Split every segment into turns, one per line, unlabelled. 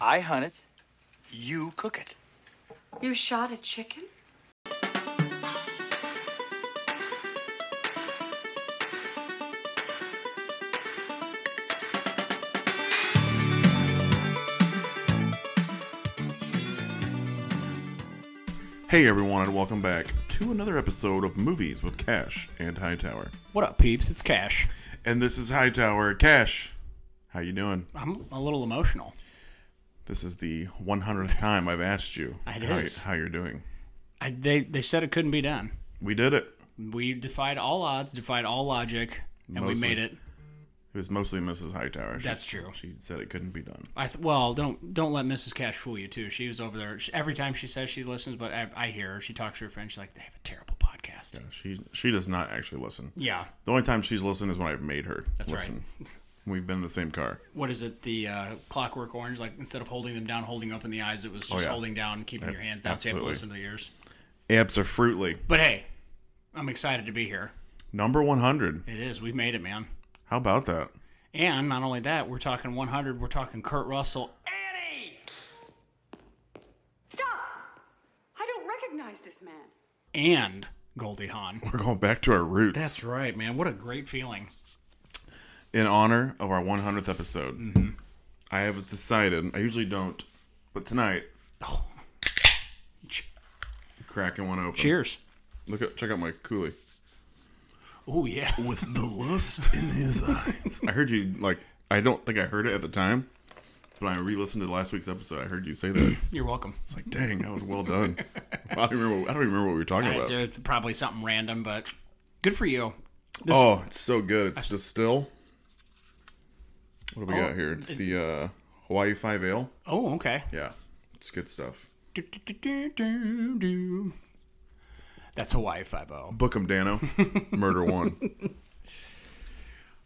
I hunt it. You cook it.
You shot a chicken?
Hey everyone, and welcome back to another episode of Movies with Cash and Hightower.
What up, peeps? It's Cash.
And this is Hightower. Cash, how you doing?
I'm a little emotional.
This is the 100th time I've asked you
It
how,
is.
how you're doing.
I, they they said it couldn't be done.
We did it.
We defied all odds, defied all logic, and
Mostly.
we made it.
It was mostly Mrs. Hightower. She-
That's true.
She said it couldn't be done.
I th- well, don't don't let Mrs. Cash fool you too. She was over there she, every time she says she listens, but I, I hear her. She talks to her friend. She's like, they have a terrible podcast.
She she does not actually listen.
Yeah.
The only time she's listened is when I've made her That's
right.
listen. We've been in the same car.
What is it? The uh, Clockwork Orange. Like instead of holding them down, holding open the eyes, it was just
yeah.
holding down, keeping your hands down, so you
absolutely.
have to listen to the ears.
Absolutely.
But hey, I'm excited to be here.
Number 100.
It is. We made it, man.
How about that?
And not only that, we're talking 100. We're talking Kurt Russell
Stop! I don't recognize this man.
and Goldie Hawn.
We're going back to our roots.
That's right, man. What a great feeling.
in honor of our 100th episode, I have decided. I usually don't, but tonight,
Oh. Ch-
cracking one open.
Cheers.
Look at check out my coolie.
Oh yeah.
With the lust in his eyes. I heard you like. I don't think I heard it at the time, but when I re-listened to last week's episode. I heard you say that.
You're welcome.
It's like, dang, that was well done. I don't remember. I don't even remember what we were talking
It's
about.
uh, probably something random, but good for you.
oh, it's so good. It's just still. What do we got here? It's the uh, Hawaii Five Ale.
Oh, okay.
Yeah, it's good stuff.
Do, do, do, do, do, do. That's Hawaii Five O.
Book 'em, Dano. Murder one.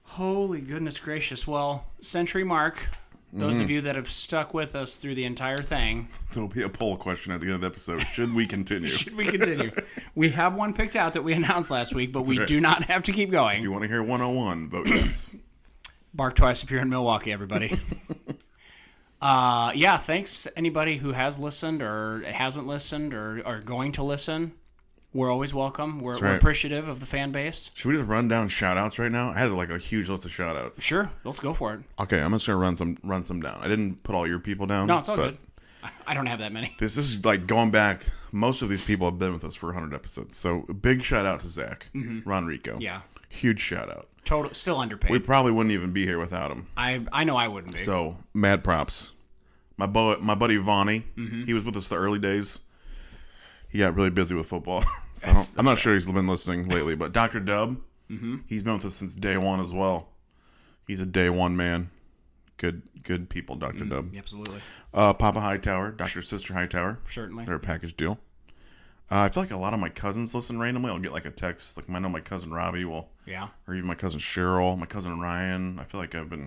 Holy goodness gracious! Well, century mark. Those of you that have stuck with us through the entire thing,
There'll be a poll question at the end of the episode. Should we continue? if
should we continue? we have one picked out that we announced last week, but we
right.
do not have to keep going.
you want to hear 101, vote yes.
Bark twice if you're in Milwaukee, everybody. uh, yeah, thanks anybody who has listened or hasn't listened or are going to listen. We're always welcome. We're, we're
right.
appreciative of the fan base.
Should we just run down shout outs right now? I had like a huge list of shout outs.
Sure, let's go for it.
Okay, I'm just going to run some run some down. I didn't put all your people down.
No, it's all
but
good. I don't have that many.
This is like going back. Most of these people have been with us for 100 episodes. So a big shout out to Zach, Ron Rico.
Yeah.
Huge shout out.
Total, still underpaid.
We probably wouldn't even be here without him.
I I know I wouldn't be.
So mad props. My bo- my buddy Vonnie, he was with us the early days. He got really busy with football. so I don't- I'm not sure he's been listening lately, but Dr. Dub, he's been with us since day one as well. He's a day one man. Good good people, Dr. Dub.
Absolutely,
Uh, Papa Hightower, Dr. Sister Hightower.
certainly.
They're a package deal. Uh, I feel like a lot of my cousins listen randomly. I'll get like a text. Like I know my cousin Robbie will
Yeah,
or even my cousin Cheryl, my cousin Ryan. I feel like I've been,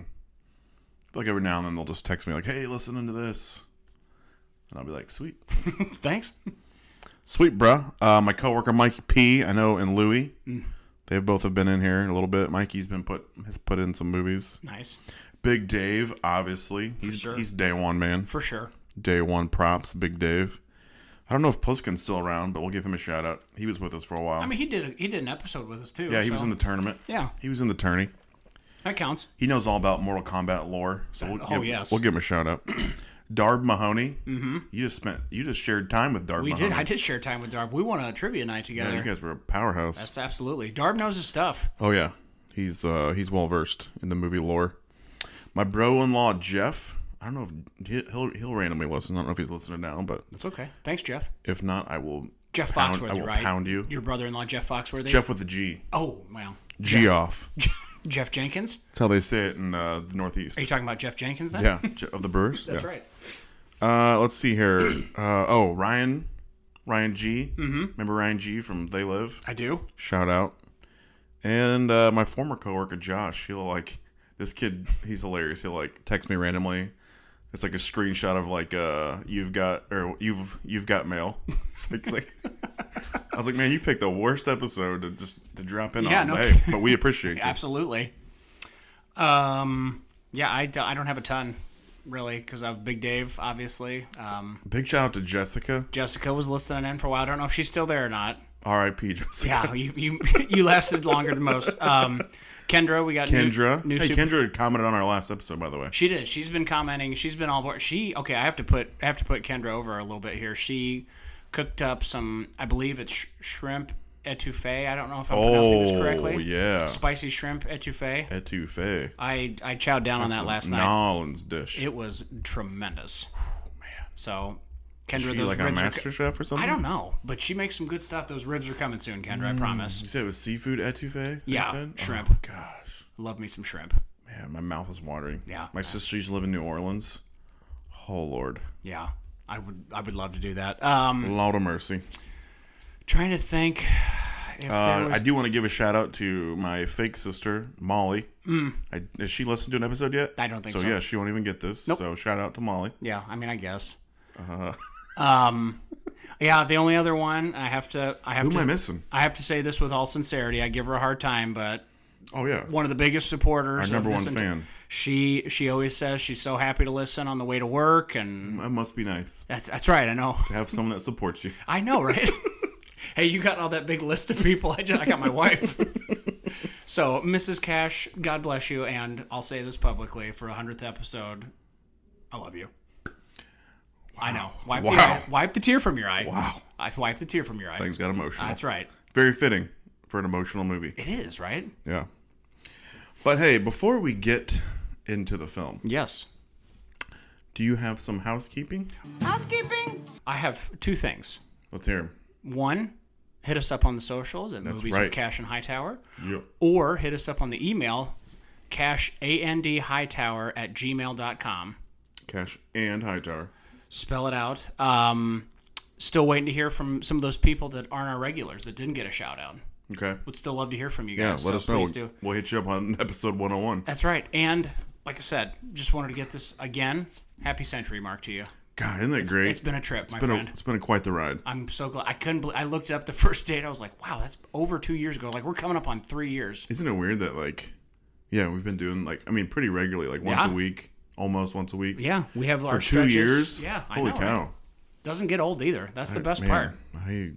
I feel like every now and then they'll just text me like, "Hey, listening to this," and I'll be like, "Sweet,
thanks.
sweet, bruh." Uh, my coworker Mike P, I know, and Louie,
Mm.
they both have been in here a little bit. Mikey's been put has put in some movies.
Nice
Big Dave, obviously, he's
sure.
he's day one man,
for sure.
day one props, Big Dave. I don't know if Pliskin's still around, but we'll give him a shout out. He was with us for a while.
I mean, he did a, he did an episode with us too.
yeah, he was
so-
in the tournament.
Yeah,
He was in the tourney.
that counts.
He knows all about Mortal Kombat lore, so we'll,
Oh,
give,
yes. Mm-hmm.
we'll give him a shout out. Darb Mahoney, you just spent you just shared time with Darb.
We
Mahoney.
did. I did share time with Darb. We won a trivia night together.
Yeah, you guys were a powerhouse.
That's absolutely. Darb knows his stuff.
oh yeah, he's uh, he's well versed in the movie lore. My bro-in-law Jeff. I don't know if he- he'll he'll randomly listen. I don't know if he's listening now, but
That's okay. Thanks, Jeff.
if not, I will.
Jeff
Pound-
Foxworthy,
I will
right?
pound you.
Your brother-in-law, Jeff Foxworthy.
Jeff with a G.
Oh, wow.
G off.
Jeff Jenkins.
That's how they say it in uh, the Northeast.
Are you talking about Jeff Jenkins then?
Yeah, Je- of the Brewers.
That's
yeah.
right.
Uh, let's see here. Uh, oh, Ryan, Ryan G. Mm-hmm. Remember Ryan G from They Live?
I do.
Shout out. And uh, my former coworker Josh, he'll like this kid. He's hilarious. He'll like text me randomly. It's like a screenshot of like uh, you've got or you've you've got mail. It's like, it's like- I was like, man, you picked the worst episode to just to drop in
Yeah,
on.
no
hey, but we appreciate you.
Absolutely. Um. Yeah, I, d- I don't have a ton. really, because I'm Big Dave, obviously. Um,
Big shout out to Jessica.
Jessica was listening in for a while. I don't know if she's still there or not.
R.I.P. Jessica.
Yeah, you you, you lasted longer than most. Um, Kendra, we got new-
Kendra.
New,
hey,
super-
Kendra commented on our last episode, by the way.
She did. She's been commenting. She's been all board. She okay. I have to put I have to put Kendra over a little bit here. She cooked up some. I believe it's sh- shrimp etouffee. I don't know if I'm pronouncing this correctly.
Oh, yeah.
Spicy shrimp etouffee.
Etouffee.
I I chowed down on that last night.
Nolan's dish.
It was tremendous. So, Kendra,
she
those
like a
ribs. Are,
master chef or something?
I don't know, but she makes some good stuff. Those ribs are coming soon, Kendra.
Mm,
I promise.
You said it was seafood etouffee? they
Yeah,
said?
shrimp.
Oh, gosh.
Love me some shrimp.
Man, my mouth is watering.
Yeah.
My sister used to live in New Orleans. Oh, Lord.
Yeah, I would. I would love to do that. Um,
Lord of mercy.
trying to think. If
Uh,
there was,
I do want to give a shout out to my fake sister, Molly. Mm. I, has she listened to an episode yet?
I don't think so.
So, yeah, she won't even get this. So, shout out to Molly.
Yeah, I mean, I guess.
Uh-huh.
Um, yeah, the only other one I have to, I have
Who
to,
am I missing?
I have to say this with all sincerity. I give her a hard time, but
Oh, yeah.
one of the biggest supporters,
Our number
of this
one
enti-
fan.
she she always says she's so happy to listen on the way to work, and
That must be nice
that's that's right. I know,
to have someone that supports you.
I know, right? hey, you got all that big list of people. I just, I got my wife. so, Mrs. Cash, God bless you, and I'll say this publicly for a hundredth episode, I love you. I know. Wipe, the,
Wow.
eye- wipe the tear from your eye.
Wow.
I wiped the tear from your eye.
Things got emotional.
That's right.
Very fitting for an emotional movie.
It is, right?
Yeah. But hey, before we get into the film,
Yes.
do you have some housekeeping?
Housekeeping?
I have two things.
Let's hear 'em.
One, hit us up on the socials at Movies
right.
with Cash and Hightower,
Yep.
or hit us up on the email, cashandhightower at gmail.com.
Cash and Hightower.
Spell it out. Um, still waiting to hear from some of those people that aren't our regulars that didn't get a shout out.
Okay.
Would still love to hear from you
Yeah,
guys.
let
so
us know.
Please do.
We'll hit you up on episode 101.
That's right. And like I said, just wanted to get this again. Happy century mark to you.
God, isn't that great?
It's been a trip, my
It's been a-
friend.
it's been a quite the ride.
I'm so glad. I couldn't. Believe, I looked it up the first date. I was like, wow, that's over two years ago. Like we're coming up on three years.
Isn't it weird that like, yeah, we've been doing like, I mean, pretty regularly, like once
Yeah.
a week, almost once a week
Yeah, we have
for
our
two
stretches.
years.
Yeah, I
holy
know, right?
cow!
Doesn't get old either. That's the best
Man,
part.
I,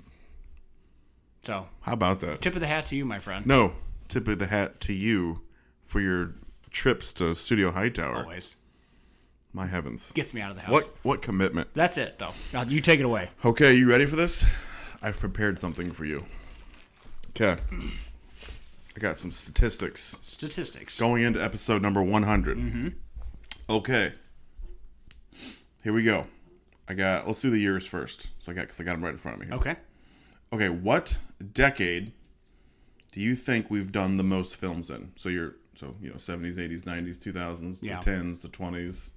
So
how about that?
tip of the hat to you, my friend.
No, tip of the hat to you for your trips to Studio Hightower.
Always
My heavens.
gets me out of the house.
What what commitment?
That's it, though. Now, you take it away.
Okay, you ready for this? I've prepared something for you. Okay. I got some statistics
Statistics.
going into episode number 100. Mm-hmm. Okay. Here we go. I got let's do the years first. So I got cuz I got them right in front of me. here.
Okay.
okay, what decade do you think we've done the most films in? So you're so you know 70s, 80s, 90s, 2000s,
Yeah.
the 10s, the 20s,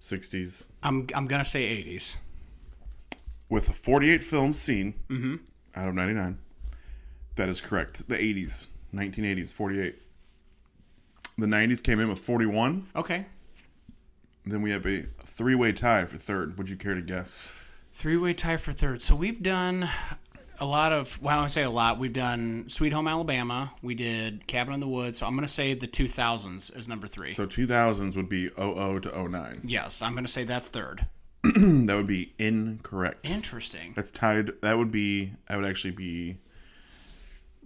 60s.
I'm I'm gonna say 80s.
with 48 films seen out of 99. That is correct. The 80s, 1980s, 48. The 90s came in with 41.
Okay.
Then we have a three-way tie for third. Would you care to guess?
Three way tie for third. So we've done a lot of. Well, I would say a lot. We've done Sweet Home Alabama. We did Cabin in the Woods. So I'm gonna say the 2000s is number three.
So 2000s would be 00 to 09.
Yes, I'm going to say that's third.
That would be incorrect.
Interesting.
That's tied. That would be. That would actually be.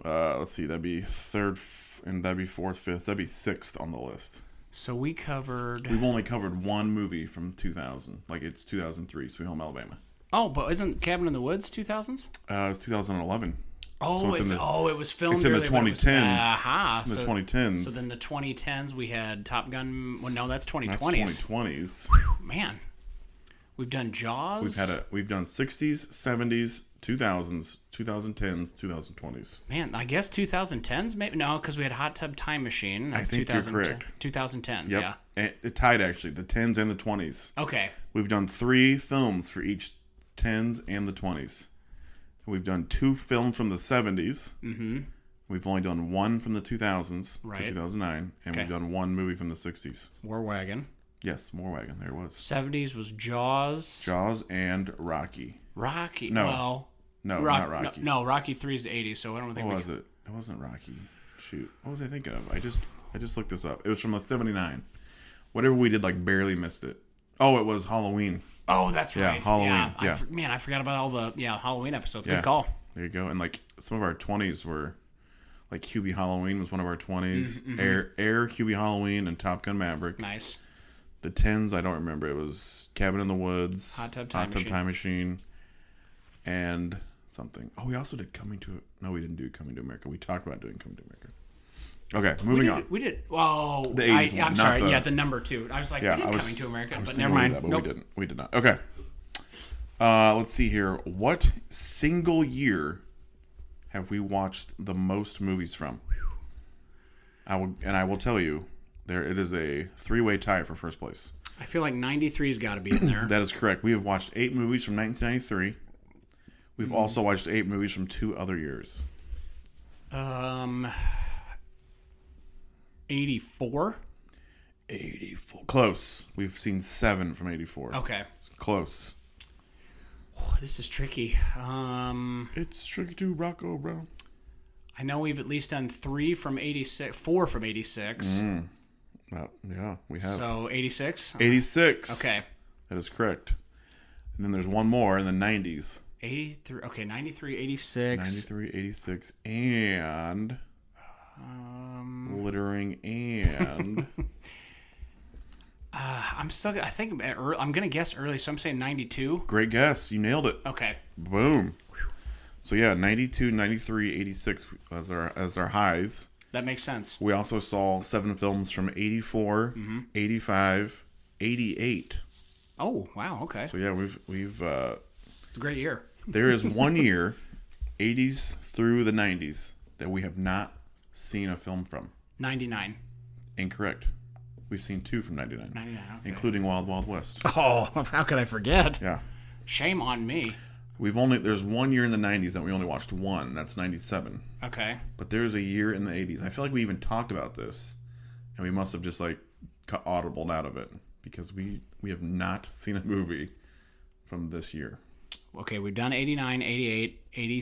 Uh, let's see. That'd be third, f- and that'd be fourth, fifth. That'd be sixth on the list.
So we covered.
We've only covered one movie from 2000. Like it's 2003, Sweet Home Alabama.
Oh, but isn't Cabin in the Woods 2000s?
Uh, it was 2011.
Oh,
it's in
it's-
the-
oh, it was filmed.
It's in the
early, but it was-
2010s.
Aha.
It's in the
so,
2010s.
So then the 2010s, we had Top Gun. Well, no, that's
That's
2020s.
2020s.
Man, we've done Jaws.
We've had a we've done 60s, 70s, 2000s, 2010s, 2020s.
Man, I guess 2010s maybe. No, because we had Hot Tub Time Machine. That's
think you're
2010
correct.
2010s.
Yep.
Yeah.
And it tied actually the 10s and the 20s.
Okay.
We've done 3 films for each 10s and the 20s. And we've done 2 films from the 70s. Mhm. We've only done one from the 2000s
Mm-hmm. Right.
to 2009 and
Okay.
we've done one movie from the 60s.
War Wagon.
Yes, more wagon there it was.
70s was Jaws.
Jaws and Rocky.
Rocky.
No.
Well,
No,
Rock-
not Rocky.
No, no, Rocky 3 is 80, so I don't think
What
we
was
can-
it? It wasn't Rocky. Shoot, what was I thinking of? I just I just looked this up. It was from the '79. Whatever we did, like barely missed it. Oh, it was Halloween.
Oh, that's
Yeah,
right.
Halloween,
I
yeah.
for- man, I forgot about all the yeah Halloween episodes.
Yeah.
Good call.
There you go. And like some of our twenties were like Hubie Halloween was one of our 20s
Mm-hmm,
Air Air Hubie Halloween and Top Gun Maverick.
Nice.
The tens I don't remember. It was Cabin in the Woods,
Hot Tub Time Machine.
Time Machine, and something. Oh, we also did Coming to No, we didn't do Coming to America. We talked about doing Coming to America. Okay,
We
moving
did.
on.
We did. Whoa.
The
I,
80s one,
I'm
not
sorry.
the-
yeah, the number two. I was like,
Yeah,
we did
I was
coming to America,
I was
but
thinking
never
we did
mind.
that, but
nope.
we didn't. We did not. Okay. Uh, let's see here. What single year have we watched the most movies from? I will, and I will tell you, there it is a three-way tie for first place.
I feel like 93's got to be in there.
That is correct. We have watched eight movies from 1993. We've
Mm-hmm.
also watched eight movies from two other years.
um, 84.
84. Close. We've seen seven from 84.
Okay.
Close.
Oh, this is tricky. Um,
It's tricky to Rocco Brown.
I know we've at least done three from 86, four from 86.
Well, yeah, we have.
So 86.
86.
Okay.
That is correct. And then there's one more in the 90s.
83. Okay, 93, 86.
93, 86, and. littering and.
Ah, I'm still. I think at ear- I'm gonna guess early, so I'm saying 92.
Great guess. You nailed it.
Okay.
Boom. So yeah, 92, 93, 86 as our as our highs.
That makes sense.
We also saw seven films from 84, 85, 88.
Oh, wow. Okay.
So yeah, we've we've uh
It's a great year.
there is one year 80s through the 90s that we have not seen a film from.
99.
Incorrect. We've seen two from 99,
99. Okay.
including Wild Wild West.
Oh, how could I forget?
yeah.
Shame on me.
We've only there's one year in the 90s that we only watched one. That's 97.
Okay.
But there's a year in the 80s. I feel like we even talked about this, and we must have just like cut audibled out of it because we we have not seen a movie from this year.
Okay, we've done 89, 88, 80.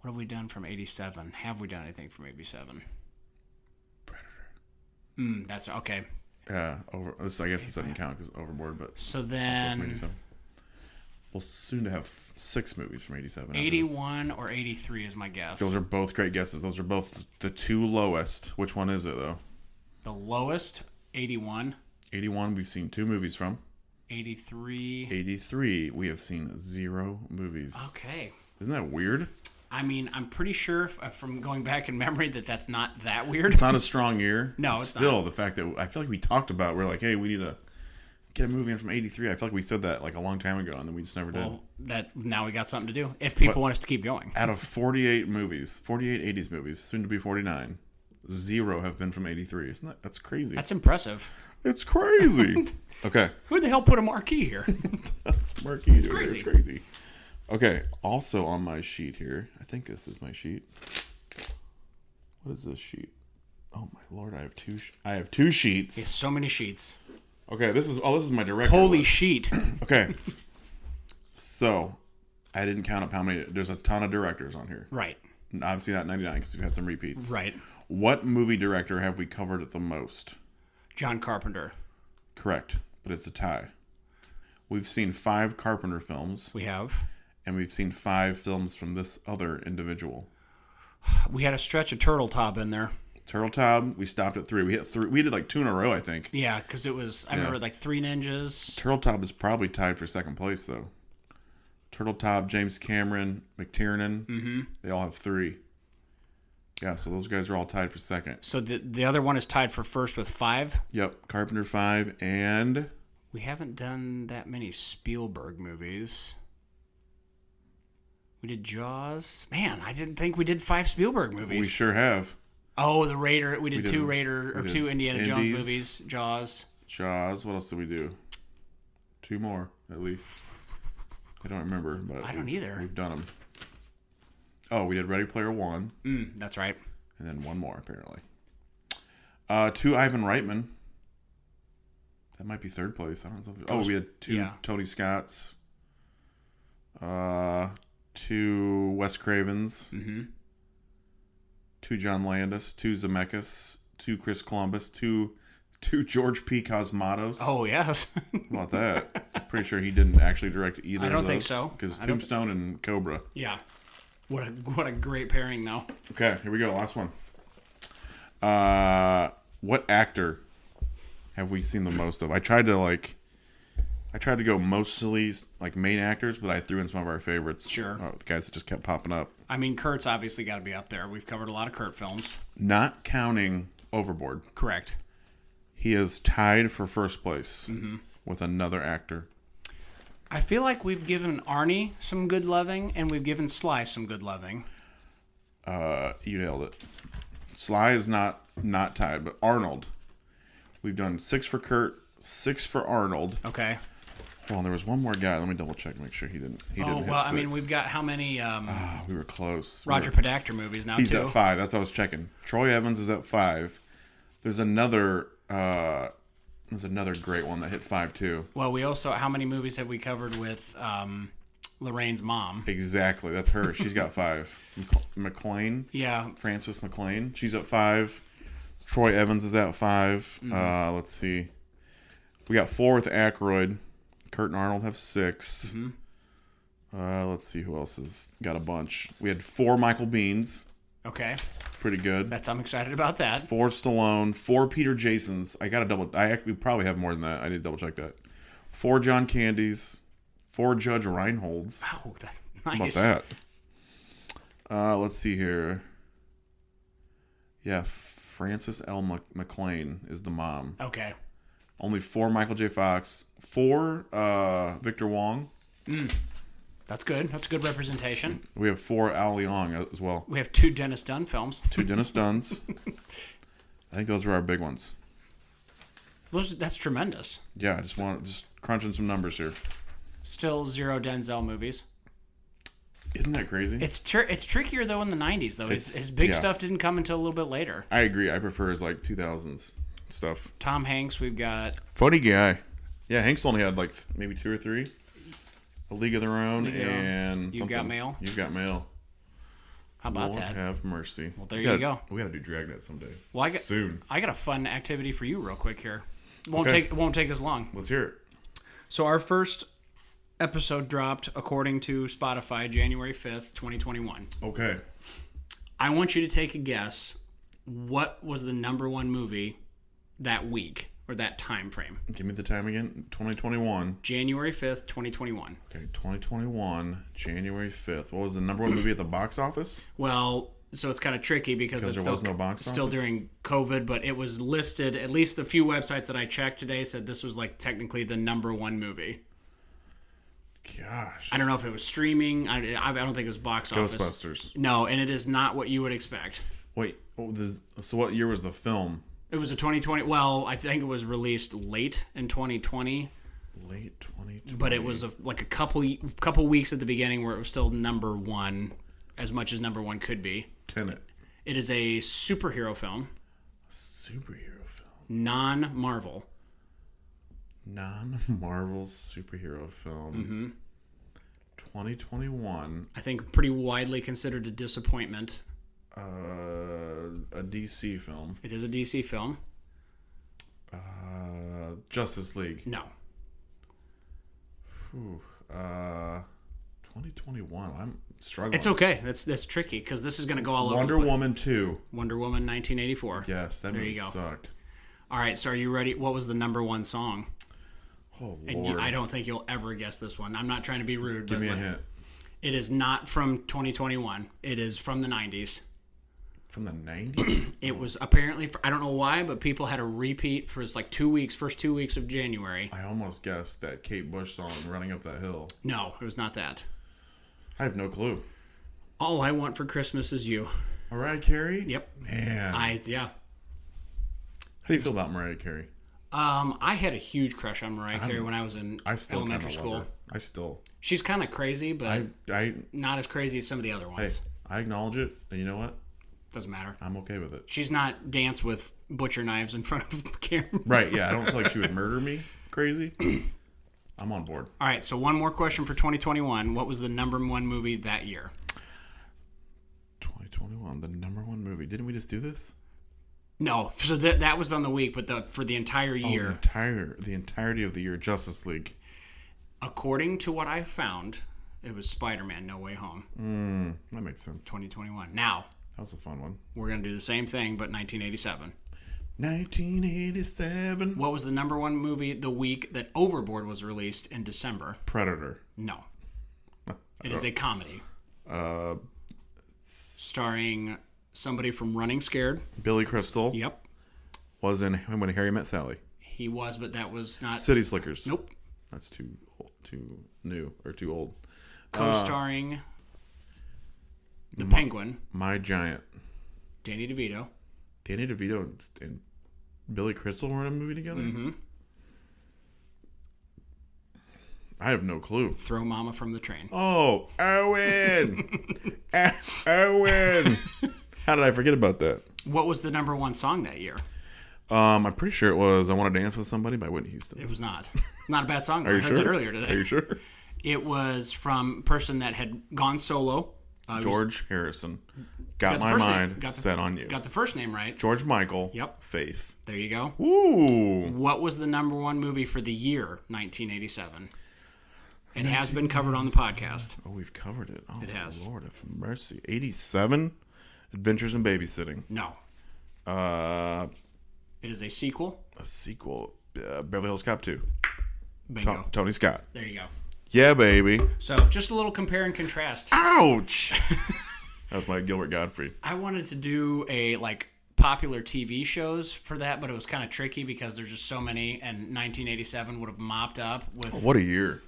What have we done from 87? Have we done anything from 87? Predator. Mm, that's okay.
Yeah, Uh, over. This, I guess this doesn't count because overboard, but it's
So
from
then
87. We'll soon to have f- six movies from 87. after this.
81 or 83 is my guess.
Those are both great guesses. Those are both the two lowest. Which one is it though?
The lowest 81,
81 we've seen two movies from.
83.
83 we have seen zero movies.
Okay.
Isn't that weird?
I mean, I'm pretty sure f- uh, from going back in memory that that's not that weird.
It's not a strong year.
No,
But
it's
still the fact that I feel like we talked about we're like, hey, we need to get a movie in from '83. I feel like we said that like a long time ago, and then we just never did.
Well, that now we got something to do if people want us to keep going.
Out of 48 movies, 48 '80s movies, soon to be 49, zero have been from '83. Isn't that that's crazy?
That's impressive.
it's crazy. okay,
Who the hell put a marquee here?
that's murky. It's
crazy.
It's crazy. Okay. Also on my sheet here, I think this is my sheet. What is this sheet? Oh my lord, I have two. Sh- I have two sheets.
so many sheets.
Okay, this is oh, this is my director.
Holy
list.
sheet.
Okay. so, I didn't count up how many. There's a ton of directors on here.
Right.
And Obviously not 99 because we've had some repeats.
Right.
What movie director have we covered the most?
John Carpenter.
Correct, but it's a tie. We've seen five Carpenter films,
We have.
and we've seen five films from this other individual.
We had a stretch of turtle top in there.
Turtle Tom, we stopped at three. We hit three. We did like two in a row, I think.
Yeah, because it was. I remember like three ninjas.
Turtle Top is probably tied for second place though. Turtle Top, James Cameron, McTiernan, mm-hmm. they all have three. Yeah, so those guys are all tied for second.
So the the other one is tied for first with five.
Yep, Carpenter five and
We haven't done that many Spielberg movies. We did Jaws. Man, I didn't think we did five Spielberg movies.
we sure have
Oh, the Raider. We did,
did-
two Raider or
we did
two Indiana Jones
Indies.
movies. Jaws.
Jaws. What else did we do? Two more at least. I don't remember, but
I don't
we've-
either.
We've done them. Oh, we did Ready Player One,
Mm, that's right.
and then one more apparently. Uh, two Ivan Reitman. That might be third place. I don't know. If oh, we had two
yeah.
Tony Scotts. Uh, two Wes Cravens.
Mhm.
Two John Landis. Two Zemeckis. Two Chris Columbus. Two to George P. Cosmatos.
Oh yes.
How about that? Pretty sure he didn't actually direct either.
I don't
of
think
those,
so.
Because
I don't thi-
Tombstone and Cobra.
yeah. What a what a great pairing though.
Okay, here we go. Last one. Uh, what actor have we seen the most of? I tried to like, I tried to go mostly like main actors, but I threw in some of our favorites.
Sure.
uh, the guys that just kept popping up,
I mean, Kurt's obviously got to be up there. We've covered a lot of Kurt films.
not counting Overboard.
Correct.
He is tied for first place with another actor.
I feel like we've given Arnie some good loving, and we've given Sly some good loving.
Uh, you nailed it. Sly is not not tied, but Arnold. We've done six for Kurt, six for Arnold.
Okay.
Well, there was one more guy. Let me double check, make sure he didn't. He
Oh
didn't.
well,
hit
I mean,
six.
we've got how many um,
Ah, we were close. We
Roger
were-
Pedactor movies now
He's
too?
at five. That's what I was checking. Troy Evans is at five. There's another. uh There's another great one that hit five too.
Well, we also how many movies have we covered with um, Lorraine's mom?
Exactly. That's her. She's got five. Mc- McLean,
Yeah,
Frances McLean. She's at five. Troy Evans is at 5 Uh, let's see. We got four with Aykroyd. Kurt and Arnold have 6 Uh, let's see who else has got a bunch. We had four Michael Beans.
Okay,
It's pretty good.
that's I'm excited about that.
Four Stallone, four Peter Jasons. I gotta double. I actually probably have more than that. I did double check that. Four John Candies, four Judge Reinholds. How
Oh, that's nice.
about that? Uh, let's see here. Yeah, Frances L. Mc- McLean is the mom.
Okay,
Only four Michael J. Fox, four uh, Victor Wong.
that's good. That's a good representation.
We have four Al Leong as well.
We have two Dennis Dunn films.
Two Dennis Duns. I think those are our big ones.
Those, that's tremendous.
Yeah, I just want just crunching some numbers here.
Still zero Denzel movies.
Isn't that crazy?
It's tr- it's trickier though in the '90s though. His,
It's-
his big
yeah.
stuff didn't come until a little bit later.
I agree. I prefer his like 2000s stuff.
Tom Hanks, we've got
Funny guy. Yeah, Hanks only had like th- maybe two or three. A League of Their Own
League of Their Own.
and
You've
something.
Got Mail.
You've got mail.
how about
Lord
that?
have mercy. Well,
there
we
you
gotta-
go.
We gotta do Dragnet someday.
Well, I got-
soon.
I got a fun activity for you real quick here. Won't
Okay.
take it won't take us long.
Let's hear it.
So our first episode dropped according to Spotify January 5th, 2021.
Okay.
I want you to take a guess what was the number one movie that week or that time frame.
Give me the time again. 2021.
January 5th, 2021.
Okay, 2021, January 5th. What was the number one movie at the box office?
Well, so it's kind of tricky because
Because
it's
there
still,
was no box
still
office?
during COVID, but it was listed at least the few websites that I checked today said this was like technically the number one movie.
Gosh.
I don't know if it was streaming. I, I don't think it was box office.
Ghostbusters.
No, and it is not what you would expect.
Wait, what was the- so what year was the film?
It was a 2020. Well, I think it was released late in 2020,
Late 2020.
but it was a, like a couple couple weeks at the beginning where it was still number one, as much as number one could be.
Tenet.
It is a superhero film,
Superhero film.
non Marvel.
Non Marvel superhero film.
Mm-hmm.
2021.
I think pretty widely considered a disappointment.
Uh, a DC film.
It is a DC film.
Uh, Justice League.
No,
Whew. Uh, 2021. I'm struggling.
it's okay. That's that's tricky because this is going to go all
Wonder
over. the place.
Woman 2.
Wonder Woman, 1984.
Yes, that
you
movie
go.
sucked.
All right, so are you ready? What was the number one song?
Oh,
And you,
Lord.
I don't think you'll ever guess this one. I'm not trying to be rude.
Give
but
me a
like-
hint.
It is not from 2021. It is from the 90s.
From the 90s?
It was apparently for, I don't know why, but people had a repeat for it's like two weeks, first two weeks of January.
I almost guessed that Kate Bush song, Running Up That Hill.
No, it was not that.
I have no clue.
All I want for Christmas is you.
Mariah Carey?
Yep.
Man.
I yeah.
How do you feel about Mariah Carey?
Um, I had a huge crush on Mariah Carey when I was in
I still kinda
elementary
love
school.
her. I still.
She's kind of crazy, but
I, I,
not as crazy as some of the other
hey,
ones.
I acknowledge it, and you know what?
Doesn't matter.
I'm okay with it.
She's not dance with butcher knives in front of camera.
Right, yeah, I don't feel like she would murder me crazy. I'm on board.
All right, so one more question for 2021. What was the number one movie that year?
2021, the number one movie. Didn't we just do this?
No, so that that was on the week, but the for the entire
Oh, The
year,
entire the entirety of the year Justice League.
according to what I found, it was Spider-Man: No Way Home,
Mm. That makes sense.
2021. Now
That was a fun one.
we're gonna do the same thing, but 1987.
1987
What was the number one movie the week that Overboard was released in December?
Predator.
No, it is a comedy
Uh,
starring somebody from Running Scared.
Billy Crystal
Yep,
was in When Harry Met Sally.
he was, but that was not.
City Slickers.
Nope.
That's too old- too new or too old.
Co-starring the Penguin,
My Giant.
Danny DeVito.
Danny DeVito and, and Billy Crystal were in a movie together. Mm-hmm. I have no clue.
Throw Mama from the Train.
Oh, Owen! Ah, Owen! How did I forget about that?
What was the number one song that year?
Um, I'm pretty sure it was "I Want to Dance with Somebody" by Whitney Houston.
It was not. Not a bad song.
Are
I
you
heard
sure?
that earlier
Are you
today.
sure?
It was from a person that had gone solo. Uh, he was-
George Harrison got,
the
my
first name-
mind
got the-
set on you.
got the first name right.
George Michael.
Yep.
Faith.
There you go.
Ooh.
What was the number one movie for the year 1987? It has been covered on the podcast.
Oh, we've covered it. Oh,
It has.
Lord of mercy. 87. Adventures in Babysitting.
No,
Uh,
it is a sequel.
a sequel. Uh, Beverly Hills Cop 2.
Bingo.
Oh, Tony Scott.
There you go.
Yeah, baby.
So just a little compare and contrast.
Ouch. That's my Gilbert Godfrey.
I wanted to do a like popular TV shows for that, but it was kind of tricky because there's just so many, and 1987 would have mopped up with
What a year.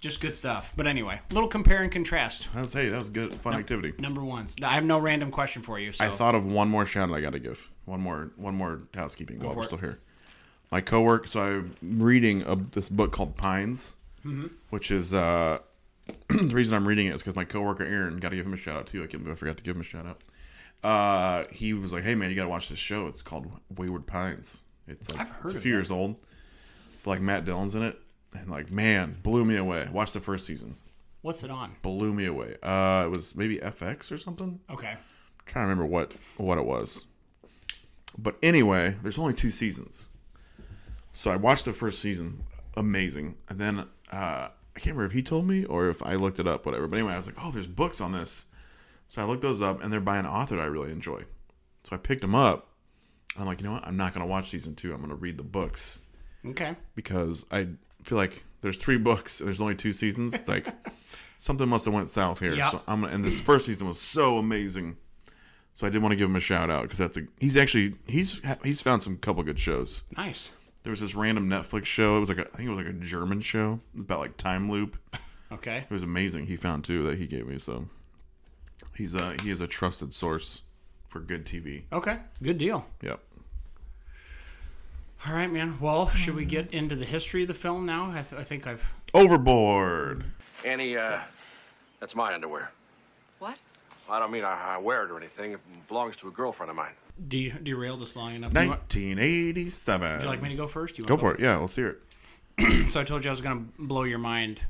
just good stuff. But anyway, little compare and contrast.
That was, hey, that was good, fun activity.
Number ones. I have no random question for you. So
I thought of one more shout out I got to give. One more, one more housekeeping while
for
we're
it.
still here. My coworker. So I'm reading a, this book called Pines,
Mm-hmm.
which is uh, the reason I'm reading it is because my coworker Aaron got to give him a shout out too. I, can't, I forgot to give him a shout out. Uh, he was like, "Hey man, you got to watch this show. It's called Wayward Pines. It's like
I've heard
it's a
of
few years old. But, like Matt Dillon's in it, and like man, blew me away. Watched the first season,
what's it on?
blew me away. Uh, it was maybe FX or something."
Okay.
trying to remember what what it was. But anyway, there's only two seasons. So I watched the first season, amazing, and then uh, I can't remember if he told me or if I looked it up, whatever. But anyway, I was like, oh, there's books on this, so I looked those up, and they're by an author that I really enjoy. So I picked them up, and I'm like, you know what? I'm not gonna watch season two. I'm gonna read the books
Okay.
because I feel like there's three books and there's only two seasons. It's Like something must have went south here.
Yeah.
So I'm and this first season was so amazing. So I did want to give him a shout out because that's a he's actually he's he's found some couple good shows.
Nice.
There was this random Netflix show. It was like a, I think it was like a German show about like time loop.
Okay.
It was amazing. He found two that he gave me. So he's a he is a trusted source for good TV.
Okay. Good deal.
Yep.
All right, man. Well, should we get into the history of the film now? I, th- I think I've.
Overboard.
Annie, uh, that's my underwear.
What?
I don't mean I, I wear it or anything. It belongs to a girlfriend of mine.
De- derailed us long enough. Do you want-
1987.
would you like me to go first? Do You
Go for it. Yeah, let's hear it.
it. So I told you I was going to blow your mind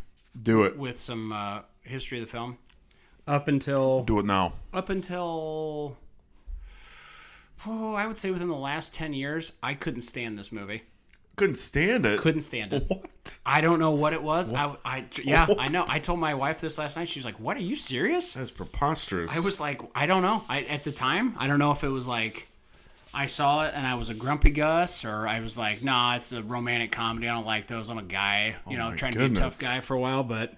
Do it.
with some uh, history of the film. Up until
Do it now.
up until oh, I would say within the last ten years, I couldn't stand this movie.
Couldn't stand it.
Couldn't stand it.
What?
I don't know what it was. I, I yeah, I know. I told my wife this last night. She's like, "What? Are you serious?"
That's preposterous.
I was like, I don't know. I at the time, I don't know if it was like I saw it and I was a grumpy Gus, or I was like, nah, it's a romantic comedy. I don't like those. I'm a guy, you know,
Oh my
trying to be a
goodness.
tough guy for a while, but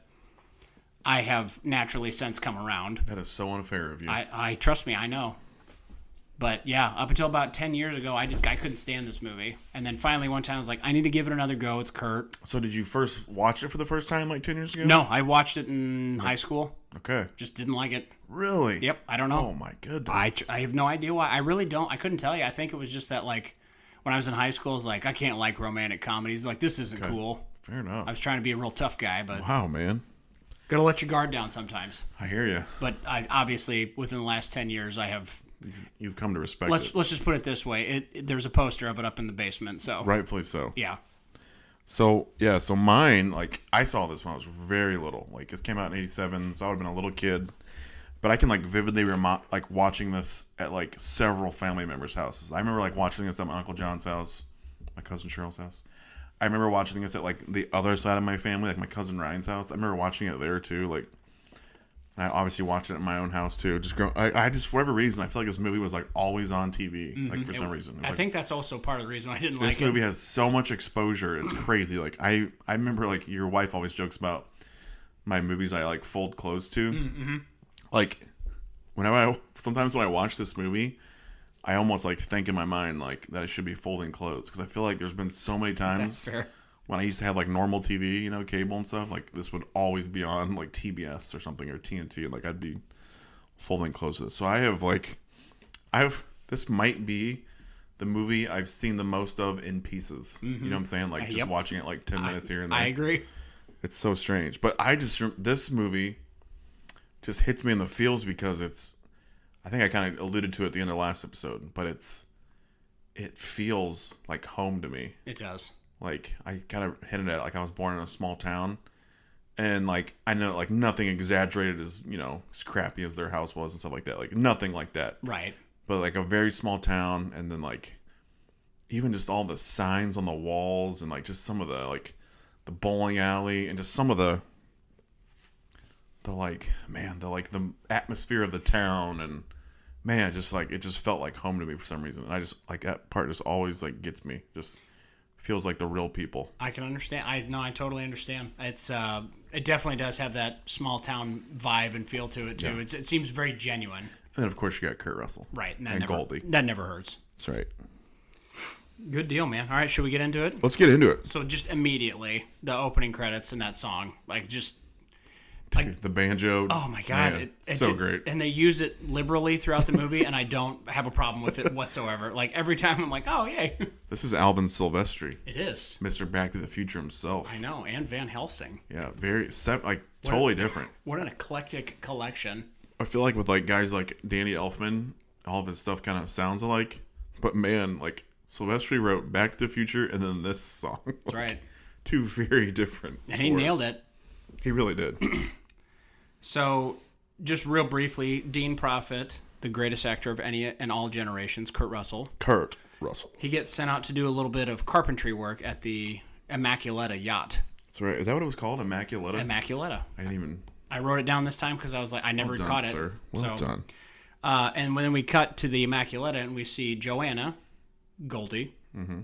I have naturally since come around.
That is so unfair of you.
I, I trust me, I know. But yeah, up until about ten years ago, I did, I couldn't stand this movie, and then finally one time I was like, I need to give it another go. It's Kurt.
so, did you first watch it for the first time like ten years ago?
No, I watched it in high school.
Okay.
Just didn't like it.
Really?
Yep, I don't know.
Oh my goodness.
I, tr- I have no idea why. I really don't. I couldn't tell you. I think it was just that like when I was in high school, I was like I can't like romantic comedies. Like this isn't cool.
Fair enough.
I was trying to be a real tough guy, but
Wow, man.
gotta let your guard down sometimes.
I hear you.
But I obviously within the last ten years, I have.
You've come to respect
Let's
it.
let's just put it this way. It, it- there's a poster of it up in the basement. So
Rightfully so.
yeah,
So yeah, so mine like I saw this when I was very little. Like this came out in '87, so I would have been a little kid. but I can like vividly remo- like watching this at like several family members' houses. I remember like watching this at my uncle John's house, my cousin Cheryl's house. I remember watching this at like the other side of my family, like my cousin Ryan's house. I remember watching it there too. Like, and I obviously watched it at my own house too. Just grow. I, I just for whatever reason, I feel like this movie was like always on TV. Like for some reason, It's
I
like,
think that's also part of the reason why I didn't
this
like
movie
it.
has so much exposure it's crazy like i i remember like your wife always jokes about my movies i like fold clothes to
Mm, mm-hmm.
like whenever i sometimes when i watch this movie i almost like think in my mind like that i should be folding clothes because i feel like there's been so many
That's
times
fair.
when i used to have like normal tv you know cable and stuff like this would always be on like tbs or something or tnt and like i'd be folding clothes to this so i have like i've this might be the movie I've seen the most of in pieces. You know what I'm saying? Like just
Mm-hmm. Uh, yep.
watching it like 10 minutes here and there.
I agree.
It's so strange. But I just, rem- this movie just hits me in the feels because it's, I think I kind of alluded to it at the end of last episode, but it's, it feels like home to me.
It does.
Like I kind of hinted at it, like I was born in a small town. And like I know, like nothing exaggerated as you know, as crappy as their house was and stuff like that. Like nothing like that
Right.
but like a very small town and then like even just all the signs on the walls and like just some of the like the bowling alley and just some of the the like man the like the atmosphere of the town and man just like it just felt like home to me for some reason and i just like that part just always like gets me just feels like the real people
I can understand. I no, I totally understand. It's uh, it definitely does have that small town vibe and feel to it too. It's, it seems very genuine,
and then of course you got kurt russell
right? And, that
and
never,
goldie
That never hurts.
that's right
Good deal, man. All right, should we get into it?
let's get into it
So just immediately the opening credits and that song, like just
the banjo
oh my god,
man,
it, it
so
ju-
great
And they use it liberally throughout the movie, and I don't have a problem with it whatsoever. Like every time, I'm like, oh yay,
this is alvin silvestri
it is.
Mr. Back to the Future himself.
I know, and Van Helsing.
Yeah, very sep- like totally different.
What an eclectic collection.
I feel like with like guys like Danny Elfman, all of his stuff kind of sounds alike. But man, like Silvestri wrote Back to the Future and then this song.
That's right.
Two very different.
And he nailed it.
He really did.
So, just real briefly, Dean Profit, the greatest actor of any and all generations, Kurt Russell,
Kurt Russell.
he gets sent out to do a little bit of carpentry work at the Immaculata yacht.
That's right. Is that what it was called? Immaculata.
Immaculata.
I didn't even.
I wrote it down this time because I was like, I never
Done,
caught it.
sir. Well
so,
done.
Uh, and when we cut to the Immaculata and we see Joanna, Goldie,
Mm-hmm.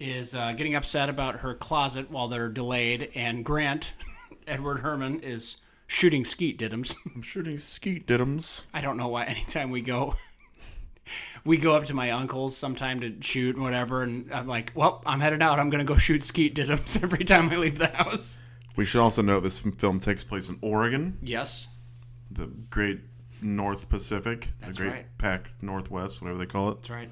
is uh, getting upset about her closet while they're delayed, and Grant, Edward Herman, is shooting skeet diddums.
I'm shooting skeet diddums.
I don't know why. Anytime we go, we go up to my uncle's sometime to shoot and whatever, and I'm like, well, I'm headed out. I'm gonna go shoot skeet diddums every time I leave the house.
We should also note this film takes place in Oregon,
Yes,
the great North Pacific,
That's
the great
right.
Pac Northwest, whatever they call it.
that's right.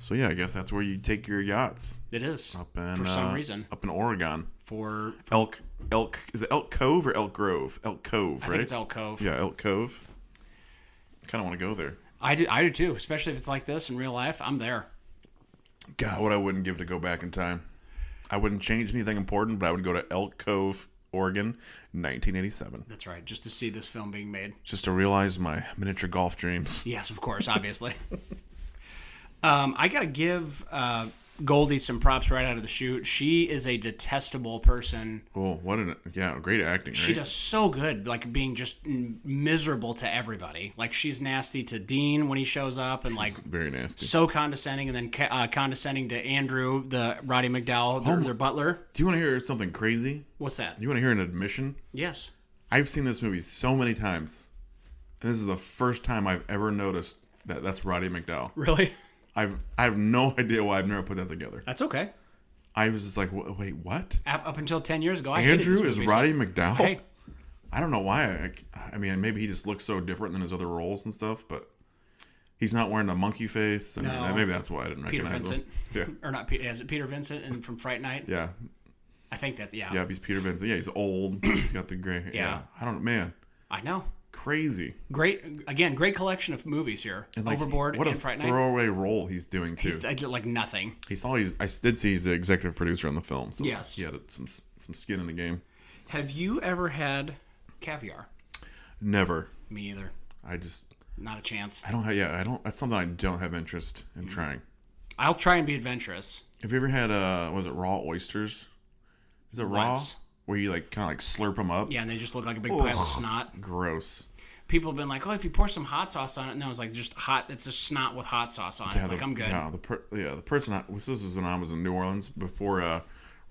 So yeah, I guess that's where you take your yachts
It is
up in
for some
uh,
reason
up in Oregon.
for I
Elk Elk is it Elk Cove or Elk Grove? Elk Cove, right?
think it's Elk Cove.
yeah, Elk Cove. I kind of want to go there.
I do, I do too. Especially if it's like this in real life, I'm there.
God, what I wouldn't give to go back in time. I wouldn't change anything important, but I would go to Elk Cove, Oregon, 1987,
That's right. Just to see this film being made.
just to realize my miniature golf dreams.
Yes, of course, obviously. um, I gotta give uh, Goldie some props right out of the shoot. She is a detestable person.
Oh, what an yeah, great acting.
She
right?
does so good, like being just n- miserable to everybody. Like she's nasty to Dean when he shows up, and like
very nasty.
so condescending, and then ca- uh, condescending to Andrew, the Roddy McDowell, their, their butler.
Do you want to hear something crazy?
What's
Do
that?
Oh you want to hear an admission?
Yes,
I've seen this movie so many times, and this is the first time I've ever noticed that that's Roddy McDowell.
really?
I've I have no idea why I've never put that together.
That's okay.
I was just like, "Wha- wait, what?
Up, up until ten years ago, I hated
Andrew
this
is
movie.
Roddy Oh, McDowell.
Hey.
I don't know why. I, I mean, maybe he just looks so different than his other roles and stuff, but he's not wearing a monkey face, and
No.
maybe that's why I didn't
Peter
recognize
Vincent,
him.
or not? Pe- Is it Peter Vincent and from Fright Night?
Yeah, yeah,
I think that's yeah.
yeah. He's Peter Vincent. Yeah, he's old. he's got the gray. hair.
Yeah.
I don't. Man,
I know.
crazy.
Great again, great collection of movies here.
Like,
Overboard
What a
and Fright Night.
throwaway role he's doing too.
He's, I did like nothing.
He saw he's. I did see he's the executive producer on the film. So
Yes.
he had some some skin in the game.
Have you ever had caviar?
Never.
Me either.
I just
Not a chance.
I don't have yeah I don't that's something I don't have interest in
Mm-hmm.
trying.
I'll try and be adventurous.
Have you ever had uh was it raw oysters? Is it raw?
Once.
Where you like kind of like slurp them up?
Yeah, and they just look like a big pile of snot.
Gross.
People have been like, "Oh, if you pour some hot sauce on it," and I was like, "Just hot. It's just snot with hot sauce on it. Like
the,
I'm good."
Yeah, the per, yeah the person I, this was when I was in New Orleans before uh,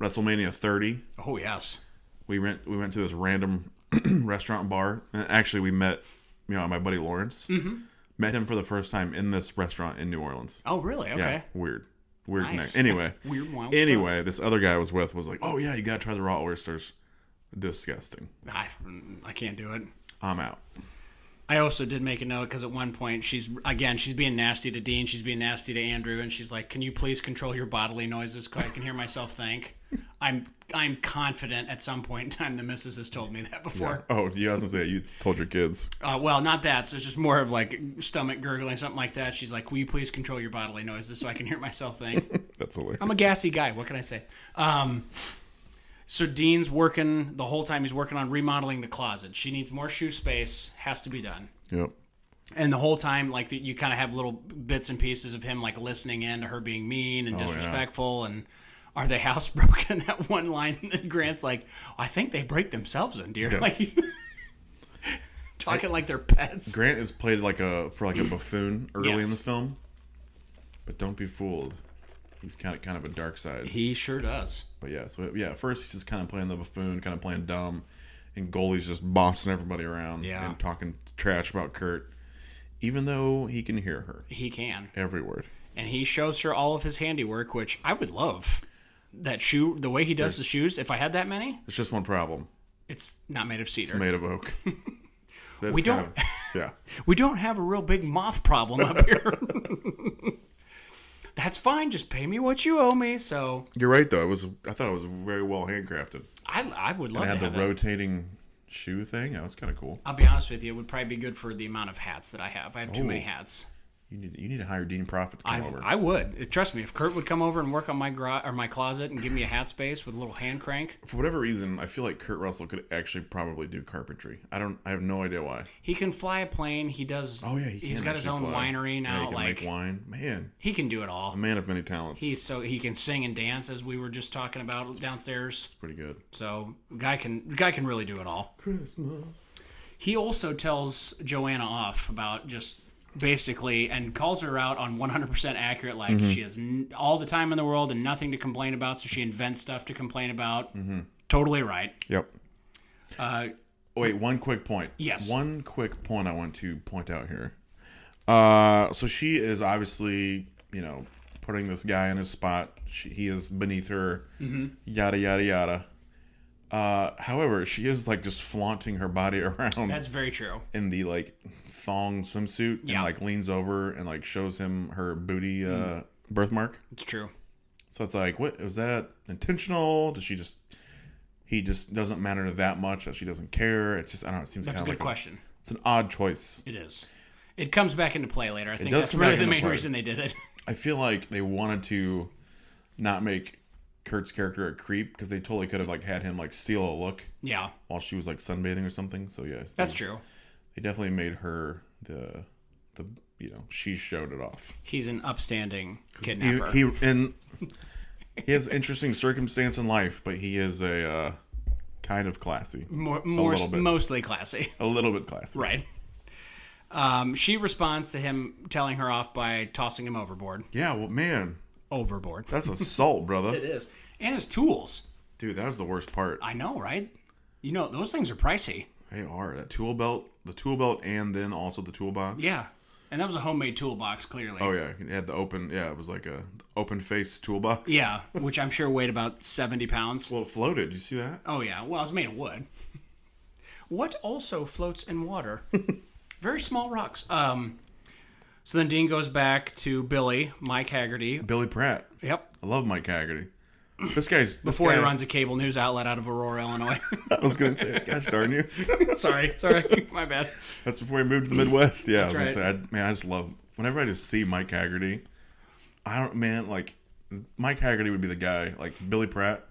WrestleMania 30.
Oh yes.
We went we went to this random restaurant bar. And actually, we met you know my buddy Lawrence.
Mm-hmm.
Met him for the first time in this restaurant in New Orleans.
Oh really? Okay.
Yeah, weird. Weird
Nice.
connect. Anyway,
Weird, wild stuff.
anyway, this other guy I was with was like, "Oh yeah, you gotta try the raw oysters. Disgusting.
I, I can't do it.
I'm out."
I also did make a note because at one point she's again she's being nasty to Dean, she's being nasty to Andrew, and she's like, "Can you please control your bodily noises? Because I can hear myself think." I'm I'm confident at some point in time the missus has told me that before.
Oh, you guys say you told your kids.
Uh, well, not that. So it's just more of like stomach gurgling, something like that. She's like, "Will you please control your bodily noises so I can hear myself think?"
That's hilarious.
I'm a gassy guy. What can I say? Um, so Dean's working the whole time. He's working on remodeling the closet. She needs more shoe space. Has to be done.
Yep.
And the whole time, like you kind of have little bits and pieces of him like listening in to her being mean and disrespectful and. Are they housebroken? That one line that Grant's like, I think they break themselves in, dear. Like, talking like they're pets.
Grant is played like a for like a buffoon early
Yes.
in the film, but don't be fooled. He's kind of kind of a dark side.
He sure does.
But yeah, so yeah, at first he's just kind of playing the buffoon, kind of playing dumb, and Goldie's just bossing everybody around
Yeah.
and talking trash about Kurt, even though he can hear her
He can.
every word.
and he shows her all of his handiwork, which I would love. That shoe, the way he does the shoes, if I had that many,
It's just one problem.
it's not made of
It's
cedar.
made of oak. That's
We
kind
don't-
of- yeah.
We don't have a real big moth problem up here. That's fine. Just pay me what you owe me. So
You're right though. It was I thought it was very well handcrafted.
I, I would love
I
to
had the
have it.
rotating shoe thing. That was kind of cool.
I'll be honest with you, it would probably be good for the amount of hats that I have. I have too many
Oh.
hats.
You need you need to hire Dean Profit to come
I,
over.
I would trust me. If Kurt would come over and work on my gra- or my closet and give me a hat space with a little hand crank,
For whatever reason, I feel like Kurt Russell could actually probably do carpentry. I don't. I have no idea why.
he can fly a plane. He does.
Oh yeah, he
has
can
got his own
actually fly.
winery
Yeah, he
now.
can
like
make wine. Man,
he can do it all.
a man of many talents.
He's so he can sing and dance as we were just talking about downstairs.
pretty good.
So guy can guy can really do it all.
Christmas.
He also tells Joanna off about just basically and calls her out on 100% accurate like
Mm-hmm.
she has n- all the time in the world and nothing to complain about so she invents stuff to complain about.
Mm-hmm.
Totally right.
Yep.
Uh,
Oh, wait, one quick point.
Yes.
One quick point I want to point out here. Uh, so she is obviously, you know, putting this guy in his spot. She, he is beneath her.
Mm-hmm.
Yada yada yada. Uh, however, she is like just flaunting her body around.
that's very true.
in the like thong swimsuit
Yeah.
and like leans over and like shows him her booty uh
Mm-hmm.
birthmark.
It's true.
So it's like, what was that intentional? Does she just he just doesn't matter to that much that she doesn't care? It's just I don't know, it seems
That's a
kind
good
of like
question.
it's an odd choice.
It is. It comes back into play later. I think
does
that's
come
really
back
the
into
main
play.
reason they did it.
I feel like they wanted to not make Kurt's character a creep because they totally could have like had him like steal a look
yeah,
while she was like sunbathing or something. So yeah,
that's
they,
true.
they definitely made her the the you know she showed it off.
He's an upstanding
he,
kidnapper.
he and he has interesting circumstance in life, but he is a uh, kind of classy,
more, more
little bit.
mostly classy,
a little bit classy.
right? Um, she responds to him telling her off by tossing him overboard.
Yeah. Well, man,
Overboard.
that's assault,
It
brother.
is. And his tools.
Dude, that was the worst part.
I know, right? You know, those things are pricey.
They are that tool belt, the tool belt, and then also the toolbox.
Yeah. And that was a homemade toolbox, clearly.
Oh yeah, it had the open. Yeah, it was like a open face toolbox.
Yeah, which I'm sure weighed about 70 pounds.
Well, it floated. You see that?
Oh, yeah. Well, it's made of wood. What also floats in water? Very small rocks. Um, so then Dean goes back to Billy, Mike Haggerty.
Billy Pratt.
Yep.
I love Mike Haggerty. This guy's this
before
guy,
he runs a cable news outlet out of Aurora, Illinois.
I was gonna say, gosh darn you.
sorry, sorry, my bad.
That's before he moved to the Midwest. Yeah, I was
right.
gonna say, I, man, I just love whenever I just see Mike Haggerty. I don't, man, like Mike Haggerty would be the guy, like Billy Pratt.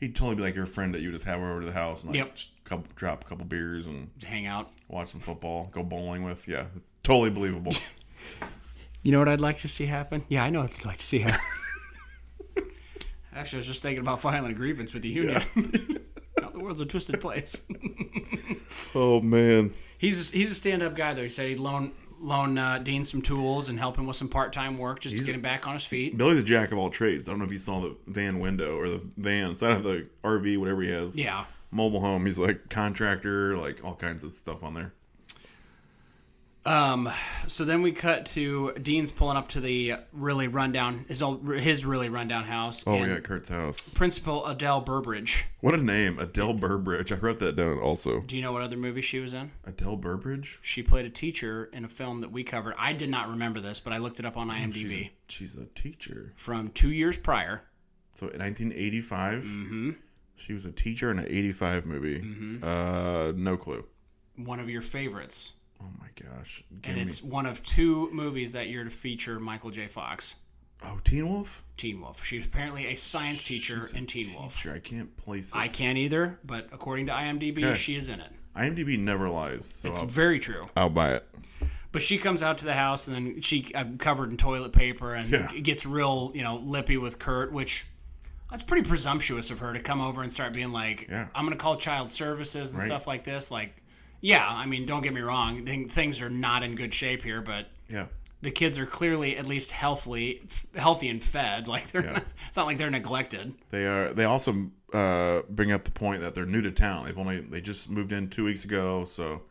he'd totally be like your friend that you just have over to the house and like
Yep.
just couple, drop a couple beers and
hang out.
watch some football, go bowling with. Yeah, totally believable.
You know what I'd like to see happen? Yeah, I know what I'd like to see happen. Actually, I was just thinking about filing a grievance with the union. Now the world's a twisted place.
oh man,
he's he's a stand-up guy though. He said he'd loan loan uh, Dean some tools and help him with some part-time work just to get him back on his feet.
Billy's a jack of all trades. I don't know if you saw the van window or the van side of the RV, whatever he has.
Yeah.
mobile home. He's like contractor, like all kinds of stuff on there.
Um, so then we cut to Dean's pulling up to the really rundown his old his really rundown house.
Oh
and
yeah, Kurt's house.
Principal Adele Burbridge.
What a name, Adele Burbridge. I wrote that down also.
Do you know what other movie she was in?
Adele Burbridge.
She played a teacher in a film that we covered. I did not remember this, but I looked it up on IMDb
Mm, She's a, she's a teacher.
from two years prior.
So in 1985,
Mm-hmm.
she was a teacher in an 85 movie. Uh, no clue.
One of your favorites,
Oh my gosh. Give
and
me.
it's one of two movies that year to feature Michael J. Fox.
Oh, Teen Wolf.
Teen Wolf. She was apparently a science teacher
She's a
in Teen Wolf.
Teacher. I can't place it.
I can't either, but according to IMDb,
Okay.
she is in it.
IMDb never lies, so
It's
I'll,
very true.
I'll buy it.
But she comes out to the house and then she uh, covered in toilet paper and
Yeah.
gets real, you know, lippy with Kurt, which that's pretty presumptuous of her to come over and start being like,
Yeah.
"I'm going to call child services and
Right.
stuff like this." Like, yeah, I mean, don't get me wrong, th- things are not in good shape here, but
Yeah.
the kids are clearly at least healthily, f- healthy and fed. Like, they're not, it's not like they're neglected.
They are. They also uh, bring up the point that they're new to town. They've only they just moved in two weeks ago, so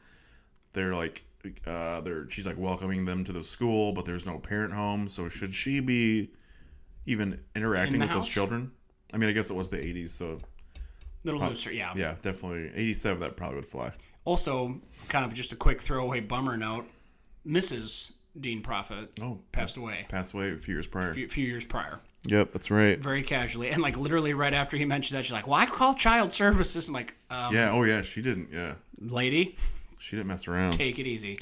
they're like, uh, they're she's like welcoming them to the school, but there's no parent home. So should she be even interacting
In the
with
house?
those children? I mean, I guess it was the '80s, so
Little looser, yeah.
yeah, definitely '87. That probably would fly.
Also, kind of just a quick throwaway bummer note: Mrs. Dean Prophet
Oh,
passed away
passed away a few years
a
prior.
few, few years prior.
Yep, that's right.
very casually and like literally right after he mentioned that she's like well i call child services i'm like um,
Yeah. Oh yeah, she didn't. Yeah,
lady
she didn't mess around.
take it easy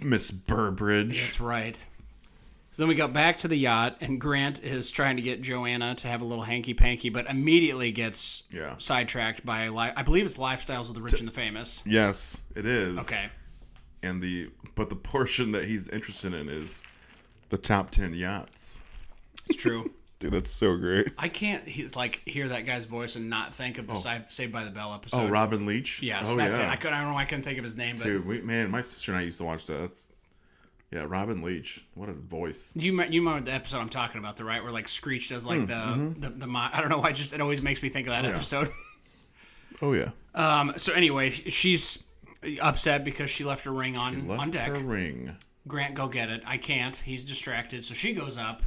Miss Burbridge.
that's right so then we got back to the yacht and grant is trying to get joanna to have a little hanky-panky but immediately gets
Yeah.
sidetracked by li- i believe it's lifestyles of the rich and the famous
Yes, it is.
okay
and the but the portion that he's interested in is the top 10 yachts
it's true
dude that's so great
i can't he's like hear that guy's voice and not think of the Sa- saved by the bell episode
oh robin leach
yes
oh
that's it I, could, I don't know why i couldn't think of his name but
dude we, man my sister and i used to watch that that's, yeah robin leach what a voice
You me- you remember the episode I'm talking about, the right where like Screech does
Hmm,
like the,
mm-hmm.
the the mo- I don't know why just it always makes me think of that episode.
oh yeah
Um. So anyway, she's upset because she left her ring on
left
on deck.
her ring
Grant, go get it. I can't. He's distracted, so she goes up,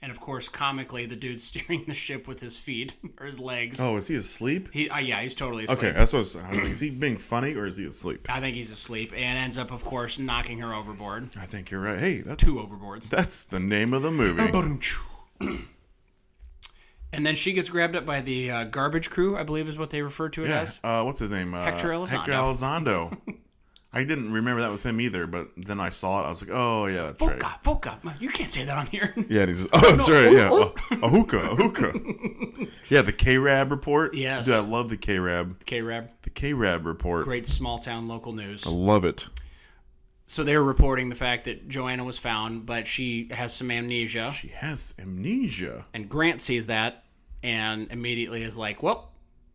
and of course, comically, the dude's steering the ship with his feet or his legs.
oh is he asleep
He, uh, yeah, he's totally asleep.
okay that's what I was, I was like, is he being funny or is he asleep
I think he's asleep and ends up, of course, knocking her overboard.
i think you're right hey that's
Two Oh, overboards.
that's the name of the movie
And then she gets grabbed up by the uh, garbage crew, I believe is what they refer to it
yeah.
as.
uh, what's his name uh,
Hector Elizondo.
hector elizondo i didn't remember that was him either but then i saw it i was like oh yeah that's right
Vodka, vodka. Man, You can't say that on here.
Yeah, and he's just, oh, that's right. Yeah, a, a hookah, a hookah. yeah, the K-Rab report.
Yes.
Dude, I love the K-Rab.
K-Rab,
The K-Rab report.
great small town local news.
I love it.
So they were reporting the fact that Joanna was found, but she has some amnesia.
She has amnesia.
And Grant sees that and immediately is like, well,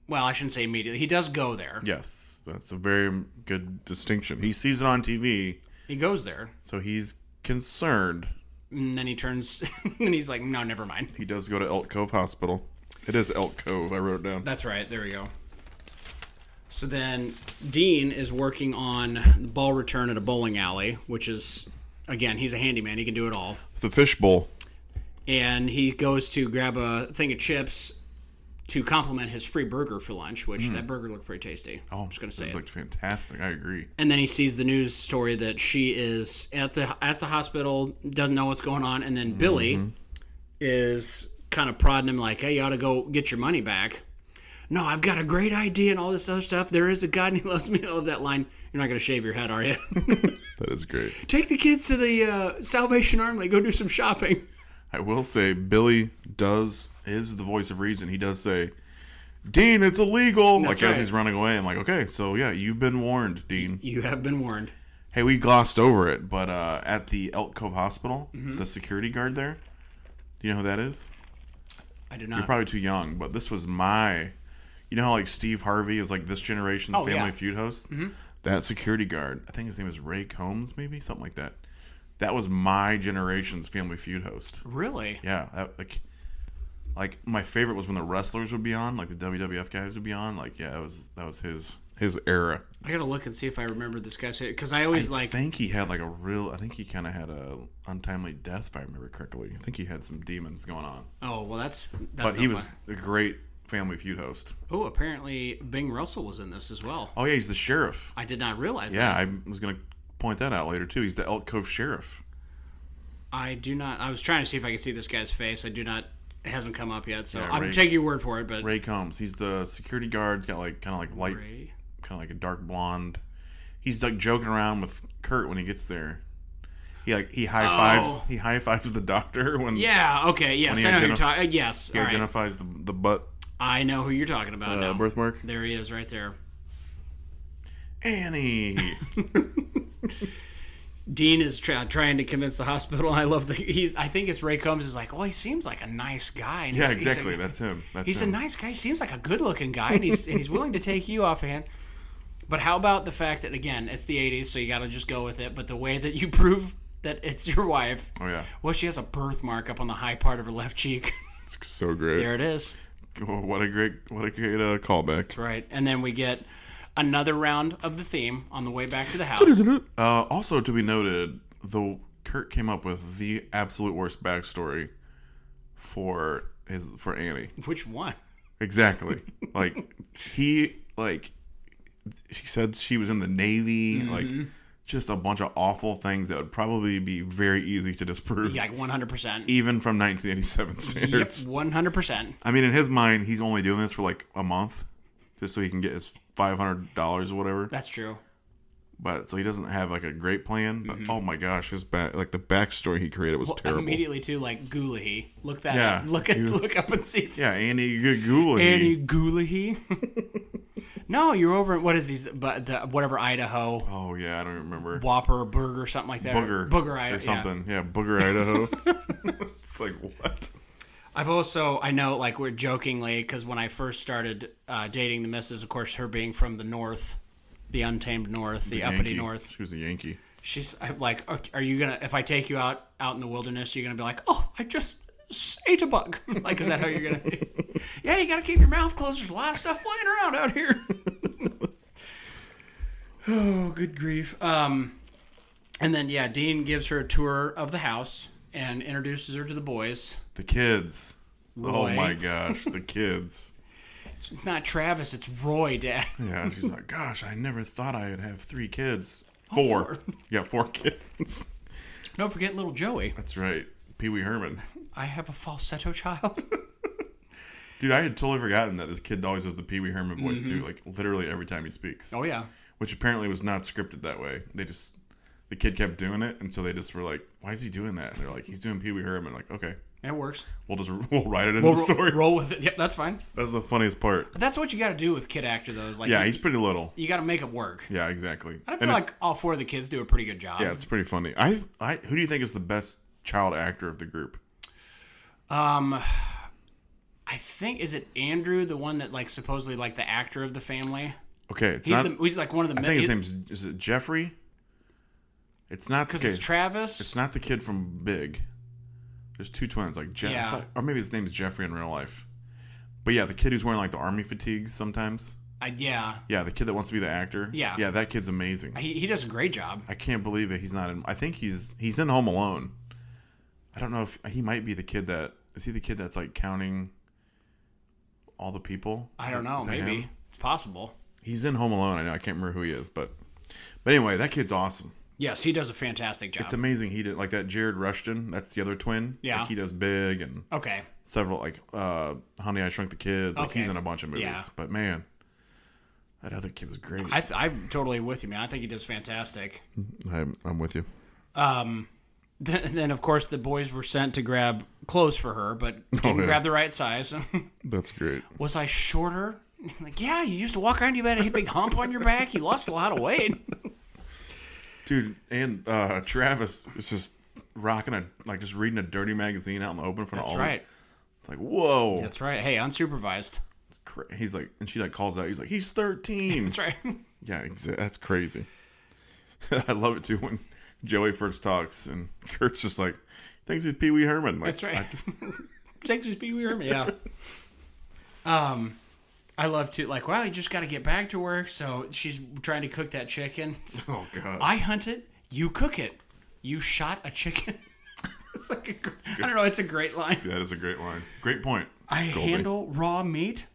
well, I shouldn't say immediately. He does go there.
Yes, that's a very good distinction. He sees it on TV,
He goes there.
so he's concerned.
And then he turns and he's like, no, never mind.
He does go to Elk Cove Hospital. It is Elk Cove. I wrote it down.
That's right. There we go. So then Dean is working on the ball return at a bowling alley, which is, again, he's a handyman. He can do it all.
The fishbowl.
and he goes to grab a thing of chips to compliment his free burger for lunch, which that burger looked pretty tasty. I'm just gonna
Mm.
say
Oh, it
it.
looked fantastic. I agree.
And then he sees the news story that she is at the at the hospital, doesn't know what's going on, and then
Mm-hmm.
Billy is kind of prodding him like, "Hey, you ought to go get your money back." No, I've got a great idea and all this other stuff. There is a God and He loves me. I love that line. You're not gonna shave your head, are you?
That is great.
Take the kids to the uh, Salvation Army. Go do some shopping.
I will say Billy does is the voice of reason. He does say, Dean, it's illegal.
That's
like
right.
as he's running away, I'm like, okay, so yeah, you've been warned, Dean.
You have been warned.
Hey, we glossed over it, but uh, at the Elk Cove Hospital,
Mm-hmm.
the security guard there, do you know who that is?
I do
You're
not.
probably too young, but this was my. You know how like Steve Harvey is like this generation's
Oh,
Family
yeah. Mm-hmm.
Feud host. That security guard, I think his name is Ray Combs, maybe something like that. That was my generation's Family Feud host.
really?
Yeah, that, like, like my favorite was when the wrestlers would be on, like the WWF guys would be on. Like, yeah, that was that was his his era.
I gotta look and see if I remember this guy's because I always
I
like
think he had like a real. I think he kind of had a untimely death, if I remember correctly. I think he had some demons going on,
oh well that's that's
but he
no
was
fun.
a great Family Feud host.
oh apparently Bing Russell was in this as well.
Oh yeah, he's the sheriff.
I did not realize
Yeah,
that.
I was gonna point that out later too. He's the Elk Cove sheriff.
I do not. I was trying to see if I could see this guy's face. I do not. It hasn't come up yet, so
Yeah,
I'm
Ray-
taking your word for it. But
Ray Combs. He's the security guard. He's got like kind of like light,
Ray-
kind of like a dark blonde. He's like joking around with Kurt when he gets there. He like he high fives.
Oh.
He high fives the doctor when
yeah. Okay. Yes.
he
I know who you're
identif-
talking. Yes.
he
all right.
identifies the the butt
I know who you're talking about
uh,
now.
birthmark.
There he is, right there.
Annie.
Dean is tra- trying to convince the hospital. I love the. He's. I think it's Ray Combs is like. Well, he seems like a nice guy. And
yeah,
he's- he's a-
exactly. That's him. That's
He's a
him.
nice guy. He seems like a good-looking guy, and he's and he's willing to take you offhand. But how about the fact that again, it's the '80s, so you got to just go with it. But the way that you prove that it's your wife,
Oh yeah,
well, she has a birthmark up on the high part of her left cheek.
it's so great.
there it is.
Oh, what a great what a great uh, callback.
That's right. And then we get another round of the theme on the way back to the house.
Uh, also to be noted, though Kurt came up with the absolute worst backstory for his for Annie.
Which one?
Exactly. like he like she said she was in the navy.
Mm-hmm.
Like just a bunch of awful things that would probably be very easy to disprove,
Yeah, like 100%.
even from 1987
Yep,
standards.
100%.
I mean, in his mind, he's only doing this for like a month, just so he can get his five hundred dollars or whatever.
That's true.
But so he doesn't have like a great plan. But oh my gosh, his back like the backstory he created was
Mm-hmm. Well,
terrible.
immediately too, like Goulahy. Look that
Yeah,
up. Look at
you-
look up and see.
Yeah, Andy Gagula.
Annie Goulahy. no, you're over at what is these? But the whatever Idaho
Oh yeah, I don't remember.
Whopper Burger something like that.
Booger,
Booger Idaho
or something. Yeah, Booger Idaho. it's like what?
I've also I know like we're jokingly because when I first started uh, dating the missus, of course, her being from the north, the untamed north, the, uppity
Yankee.
north,
She was a Yankee.
she's I'm like, "Oh, "Are- are you gonna if I take you out out in the wilderness, you're gonna be like, oh, I just s- ate a bug. like, is that how you're gonna? yeah, you gotta keep your mouth closed. There's a lot of stuff flying around out here. oh, good grief. Um, and then yeah, Dean gives her a tour of the house and introduces her to the boys.
The kids. Oh
Roy.
my gosh, the kids.
It's not Travis, it's Roy, Dad.
Yeah, she's like, gosh, I never thought I'd have three kids. Four.
Oh, four.
Yeah, four kids.
Don't forget little Joey.
That's right. Pee Wee Herman.
I have a falsetto child.
Dude, I had totally forgotten that this kid always has the Pee Wee Herman voice too, like literally every time he speaks.
Mm-hmm. oh yeah.
Which apparently was not scripted that way. They just the kid kept doing it, and so they just were like, "Why is he doing that?" And they're like, "He's doing Pee Wee Herman." Like, okay,
That works.
we'll just we'll write it in the
Ro-
story.
Roll with it. Yep, that's fine.
That's the funniest part.
But that's what you got to do with kid actor, though. Is like,
Yeah,
you,
he's pretty little.
got to make it work.
Yeah, exactly.
I
And
feel
it's-
like all four of the kids do a pretty good job.
yeah, it's pretty funny. I I who do you think is the best child actor of the group?
Um, I think is it Andrew, the one that like supposedly like the actor of the family.
Okay, it's
He's
not,
the he's like one of the.
I
men-
think his
it-
name's is it Jeffrey? It's not the
'cause
kid.
it's Travis.
It's not the kid from Big. There's two twins, like Jeff,
Yeah.
or maybe his name's Jeffrey in real life. But yeah, the kid who's wearing like the army fatigues sometimes.
I, yeah,
Yeah, the kid that wants to be the actor.
Yeah.
yeah, that kid's amazing. I,
he, he does a great job.
can't believe it. He's not in. I think he's he's in Home Alone. I don't know if he might be the kid that is he the kid that's like counting all the people.
I
Is
don't
that-
know.
is that
Maybe
him?
it's possible.
he's in Home Alone. I know. I can't remember who he is, but but anyway, that kid's awesome.
Yes, he does a fantastic job.
It's amazing. He did like that Jared Rushton. That's the other twin.
Yeah.
like, he does Big and
okay,
several like uh honey i shrunk the kids like he's
Okay.
in a bunch of movies
Yeah.
but man that other kid was great
I, th- I'm totally with you, man. I think he does fantastic.
i'm, I'm with you
Um, Then, then, of course, the boys were sent to grab clothes for her, but didn't
yeah.
grab the right size.
That's great.
Was I shorter? Like, yeah, you used to walk around. You had a big hump on your back. You lost a lot of weight.
Dude, and uh, Travis is just rocking a like just reading a dirty magazine out in the open in front
That's
of all.
right.
It's like whoa.
That's right. Hey, unsupervised.
It's cra- he's like, and she like calls out. He's like, he's thirteen.
That's right.
Yeah, exa- that's crazy. I love it too when Joey first talks and Kurt's just like, thinks he's Pee Wee Herman. Like,
That's right.
I just-
Texas Pee Wee Herman. Yeah. Um, I love to like. Wow, you just got to get back to work. So she's trying to cook that chicken.
oh god.
I hunt it. You cook it. You shot a chicken. it's like a, gr- I don't know. It's a great line.
that is a great line. Great point.
I
Goldie.
handle raw meat.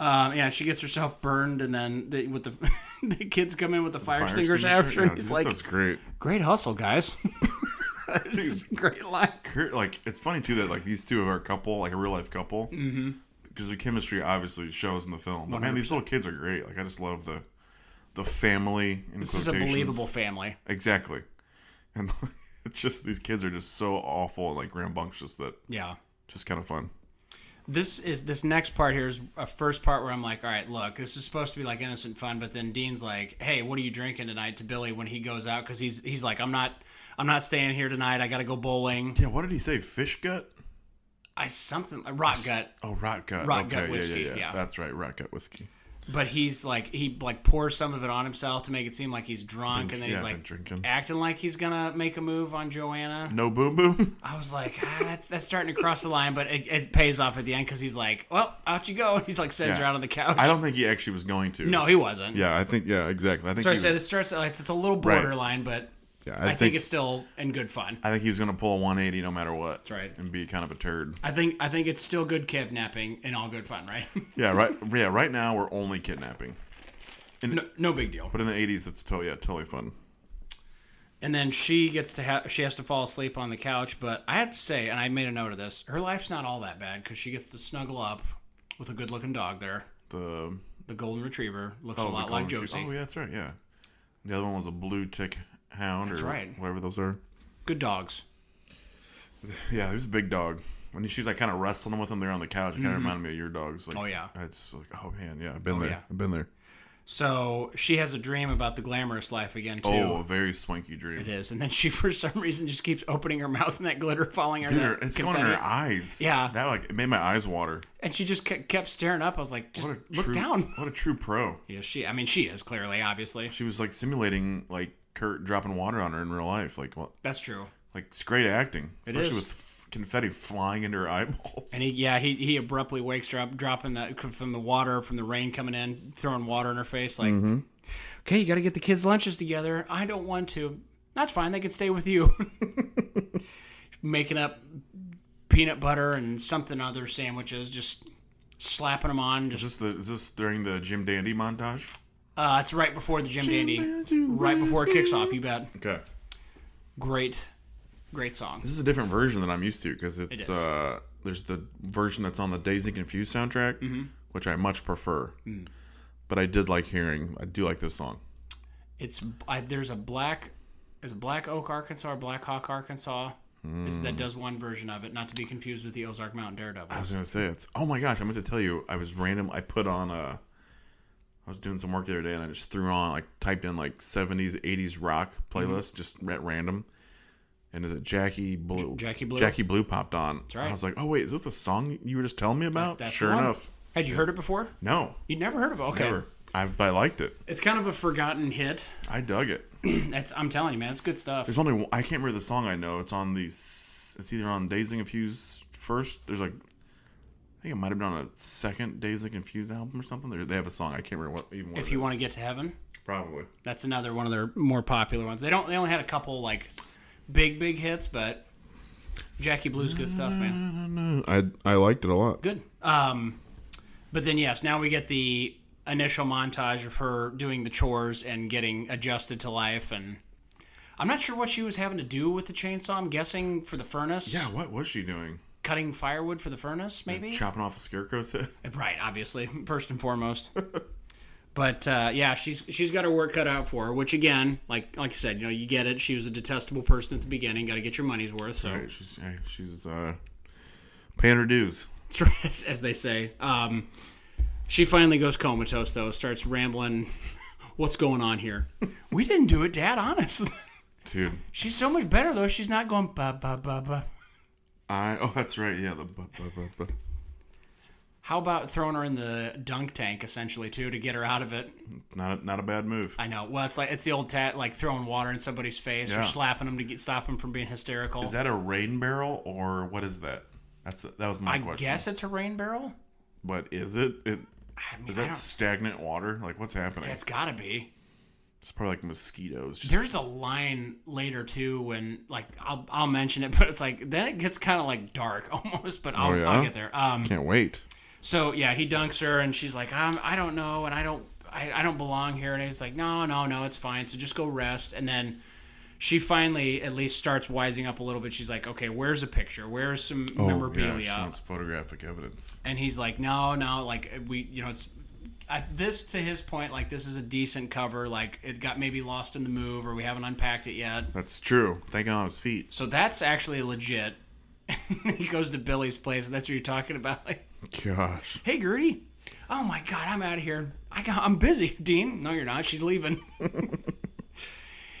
Um, yeah, she gets herself burned, and then they, with the the kids come in with the fire,
Fire
extinguishers
extinguisher?
after, and
Yeah,
he's
this
like,
stuff's great.
"Great hustle, guys." this is a great line.
Kurt, like it's funny too that like these two are a couple, like a real life couple, because
Mm-hmm.
their chemistry obviously shows in the film. But man, these little kids are great. Like I just love the the family. In
This is a
quotations.
believable family.
Exactly, and it's just these kids are just so awful and like rambunctious that
Yeah.
just kind of fun.
This is this next part here is a first part where I'm like, all right, look, this is supposed to be like innocent fun, but then Dean's like, hey, what are you drinking tonight to Billy when he goes out because he's he's like, I'm not I'm not staying here tonight. I got to go bowling.
Yeah, what did he say? Fish gut?
I something a rot gut.
Oh, rot gut.
Rot
okay,
gut
yeah,
whiskey,
Yeah, yeah,
yeah.
That's right, rot gut whiskey.
But he's like he like pours some of it on himself to make it seem like he's drunk,
Been-
and then he's
yeah, been
like
drinking.
acting like he's gonna make a move on Joanna.
No boom boom.
I was like, ah, that's that's starting to cross the line, but it, it pays off at the end because he's like, well, out you go. He's like sends
Yeah.
her out on the couch.
I don't think he actually was going to.
No, he wasn't.
Yeah, I think. Yeah, exactly. I think.
So I
he
said it
was,
starts like it's a little
Right.
borderline, but
yeah,
I, think, it's still in good fun.
I think he was going to pull a 180 no matter what. That's
right.
And be kind of a turd.
I think I think it's still good kidnapping and all good fun, right?
Yeah. Right. yeah. Right now we're only kidnapping,
no, no big deal.
but in the 80s that's totally yeah totally fun.
And then she gets to have she has to fall asleep on the couch, but I have to say, and I made a note of this, her life's not all that bad because she gets to snuggle up with a good-looking dog there.
The
The golden retriever looks
oh,
a
the
lot like
golden retriever.
Josie.
Oh yeah, that's right. Yeah. The other one was a blue tick hound
That's
or
right.
whatever those are.
Good dogs.
Yeah, he was a big dog. When she's like kind of wrestling with him there on the couch, it kind of reminded me of your dogs. Like,
Mm-hmm. Oh, yeah.
it's like oh man, yeah, I've been there,
yeah.
I've been there.
So she has a dream about the glamorous life again too.
Oh, a very swanky dream.
It is, and then she for some reason just keeps opening her mouth and that glitter falling out.
Dude,
of
her-
that
it's going in her
confetti.
eyes.
Yeah.
that like it made my eyes water.
And she just ke- kept staring up. I was like, just
What a
look
true,
down.
What a true pro.
Yeah, she. I mean, she is clearly, obviously.
She was like simulating like Kurt dropping water on her in real life. Like what?
That's true.
Like it's great acting,
It
especially
is.
with f- confetti flying into her eyeballs.
And he, yeah, he, he abruptly wakes her up, dropping the from the water, from the rain coming in, throwing water in her face. Like,
Mm-hmm.
okay, you got to get the kids' lunches together. I don't want to. That's fine. They can stay with you. Making up peanut butter and something other sandwiches, just slapping them on.
is
Just
this the is this during the Jim Dandy montage?
uh, it's right before the Jim Dandy, right before it kicks off. You bet.
Okay,
Great, great song.
this is a different version than I'm used to because it's
is.
uh there's the version that's on the Daisy Confused soundtrack,
Mm-hmm.
which I much prefer.
Mm.
But I did like hearing. I do like this song.
It's I, there's a black, is it Black Oak, Arkansas, or Black Hawk, Arkansas. Is,
Hmm.
that does one version of it, not to be confused with the Ozark Mountain Daredevil.
I was gonna say it's. Oh my gosh! I meant to tell you. I was random. I put on uh I was doing some work the other day, and I just threw on like typed in like seventies, eighties rock
Mm-hmm.
playlist just at random. And is it Jackie Blue?
Jackie Blue.
Jackie Blue popped on. That's
right.
I was like, oh wait, is this the song you were just telling me about?
That's the
sure
one.
enough,
Had you heard it before?
no,
You never heard of it? Okay.
never. I but I liked it.
It's kind of a forgotten hit.
I dug it.
That's I'm telling you, man, it's good stuff.
There's only one, I can't remember the song I know. It's on these. It's either on Dazed and Confused first. There's like, I think it might have been on a second Dazed and Confused album or something. There- They have a song. I can't remember what even. What
if you want to get to heaven,
to, probably.
that's another one of their more popular ones. They don't they only had a couple like big big hits, but Jackie Blue's good stuff, man.
I don't know. I I liked it a lot.
good. Um, but then yes, now we get the initial montage of her doing the chores and getting adjusted to life, and I'm not sure what she was having to do with the chainsaw. I'm guessing for the furnace,
Yeah, what was she doing?
cutting firewood for the furnace, maybe.
Chopping off a scarecrow's head.
Right, obviously, first and foremost. But uh, yeah, she's she's got her work cut out for her. Which again, like like I said, you know, you get it. She was a detestable person at the beginning. Got to get your money's worth. So
Hey, she's hey, she's uh, paying her dues.
as, as they say. Um, she finally goes comatose though. Starts rambling. What's going on here? we didn't do it, Dad. Honestly,
Dude,
she's so much better though. She's not going ba ba ba ba.
I oh that's right yeah the bu- bu- bu- bu-
How about throwing her in the dunk tank essentially too to get her out of it?
not not a bad move.
I know. Well, it's like it's the old tat like throwing water in somebody's face
Yeah.
or slapping them to get, stop them from being hysterical.
Is that a rain barrel or what is that? That's that was my
I
question.
guess it's a rain barrel.
But is it it
I mean,
is
I
that
don't-
stagnant water? Like what's happening?
it's got to be.
It's probably like mosquitoes. Just,
There's a line later too when like I'll I'll mention it, but it's like then it gets kind of like dark almost. But I'll,
Oh, yeah?
I'll get there. Um.
can't wait.
So yeah, he dunks her, and she's like, I'm, I don't know, and I don't, I, I don't belong here. And he's like, No, no, no, it's fine. So just go rest. And then she finally at least starts wising up a little bit. She's like, Okay, where's a picture? Where's some
Oh, yeah,
memorabilia?
she wants photographic evidence.
and he's like, no, no, like we, you know, it's I, this to his point, like this is a decent cover, like it got maybe lost in the move or we haven't unpacked it yet.
That's true. Thinking on his feet.
So that's actually legit. he goes to Billy's place, and that's what you're talking about. Like,
Gosh.
hey, Gertie, oh my God, I'm out of here. I got, I'm busy, Dean. No, you're not. She's leaving.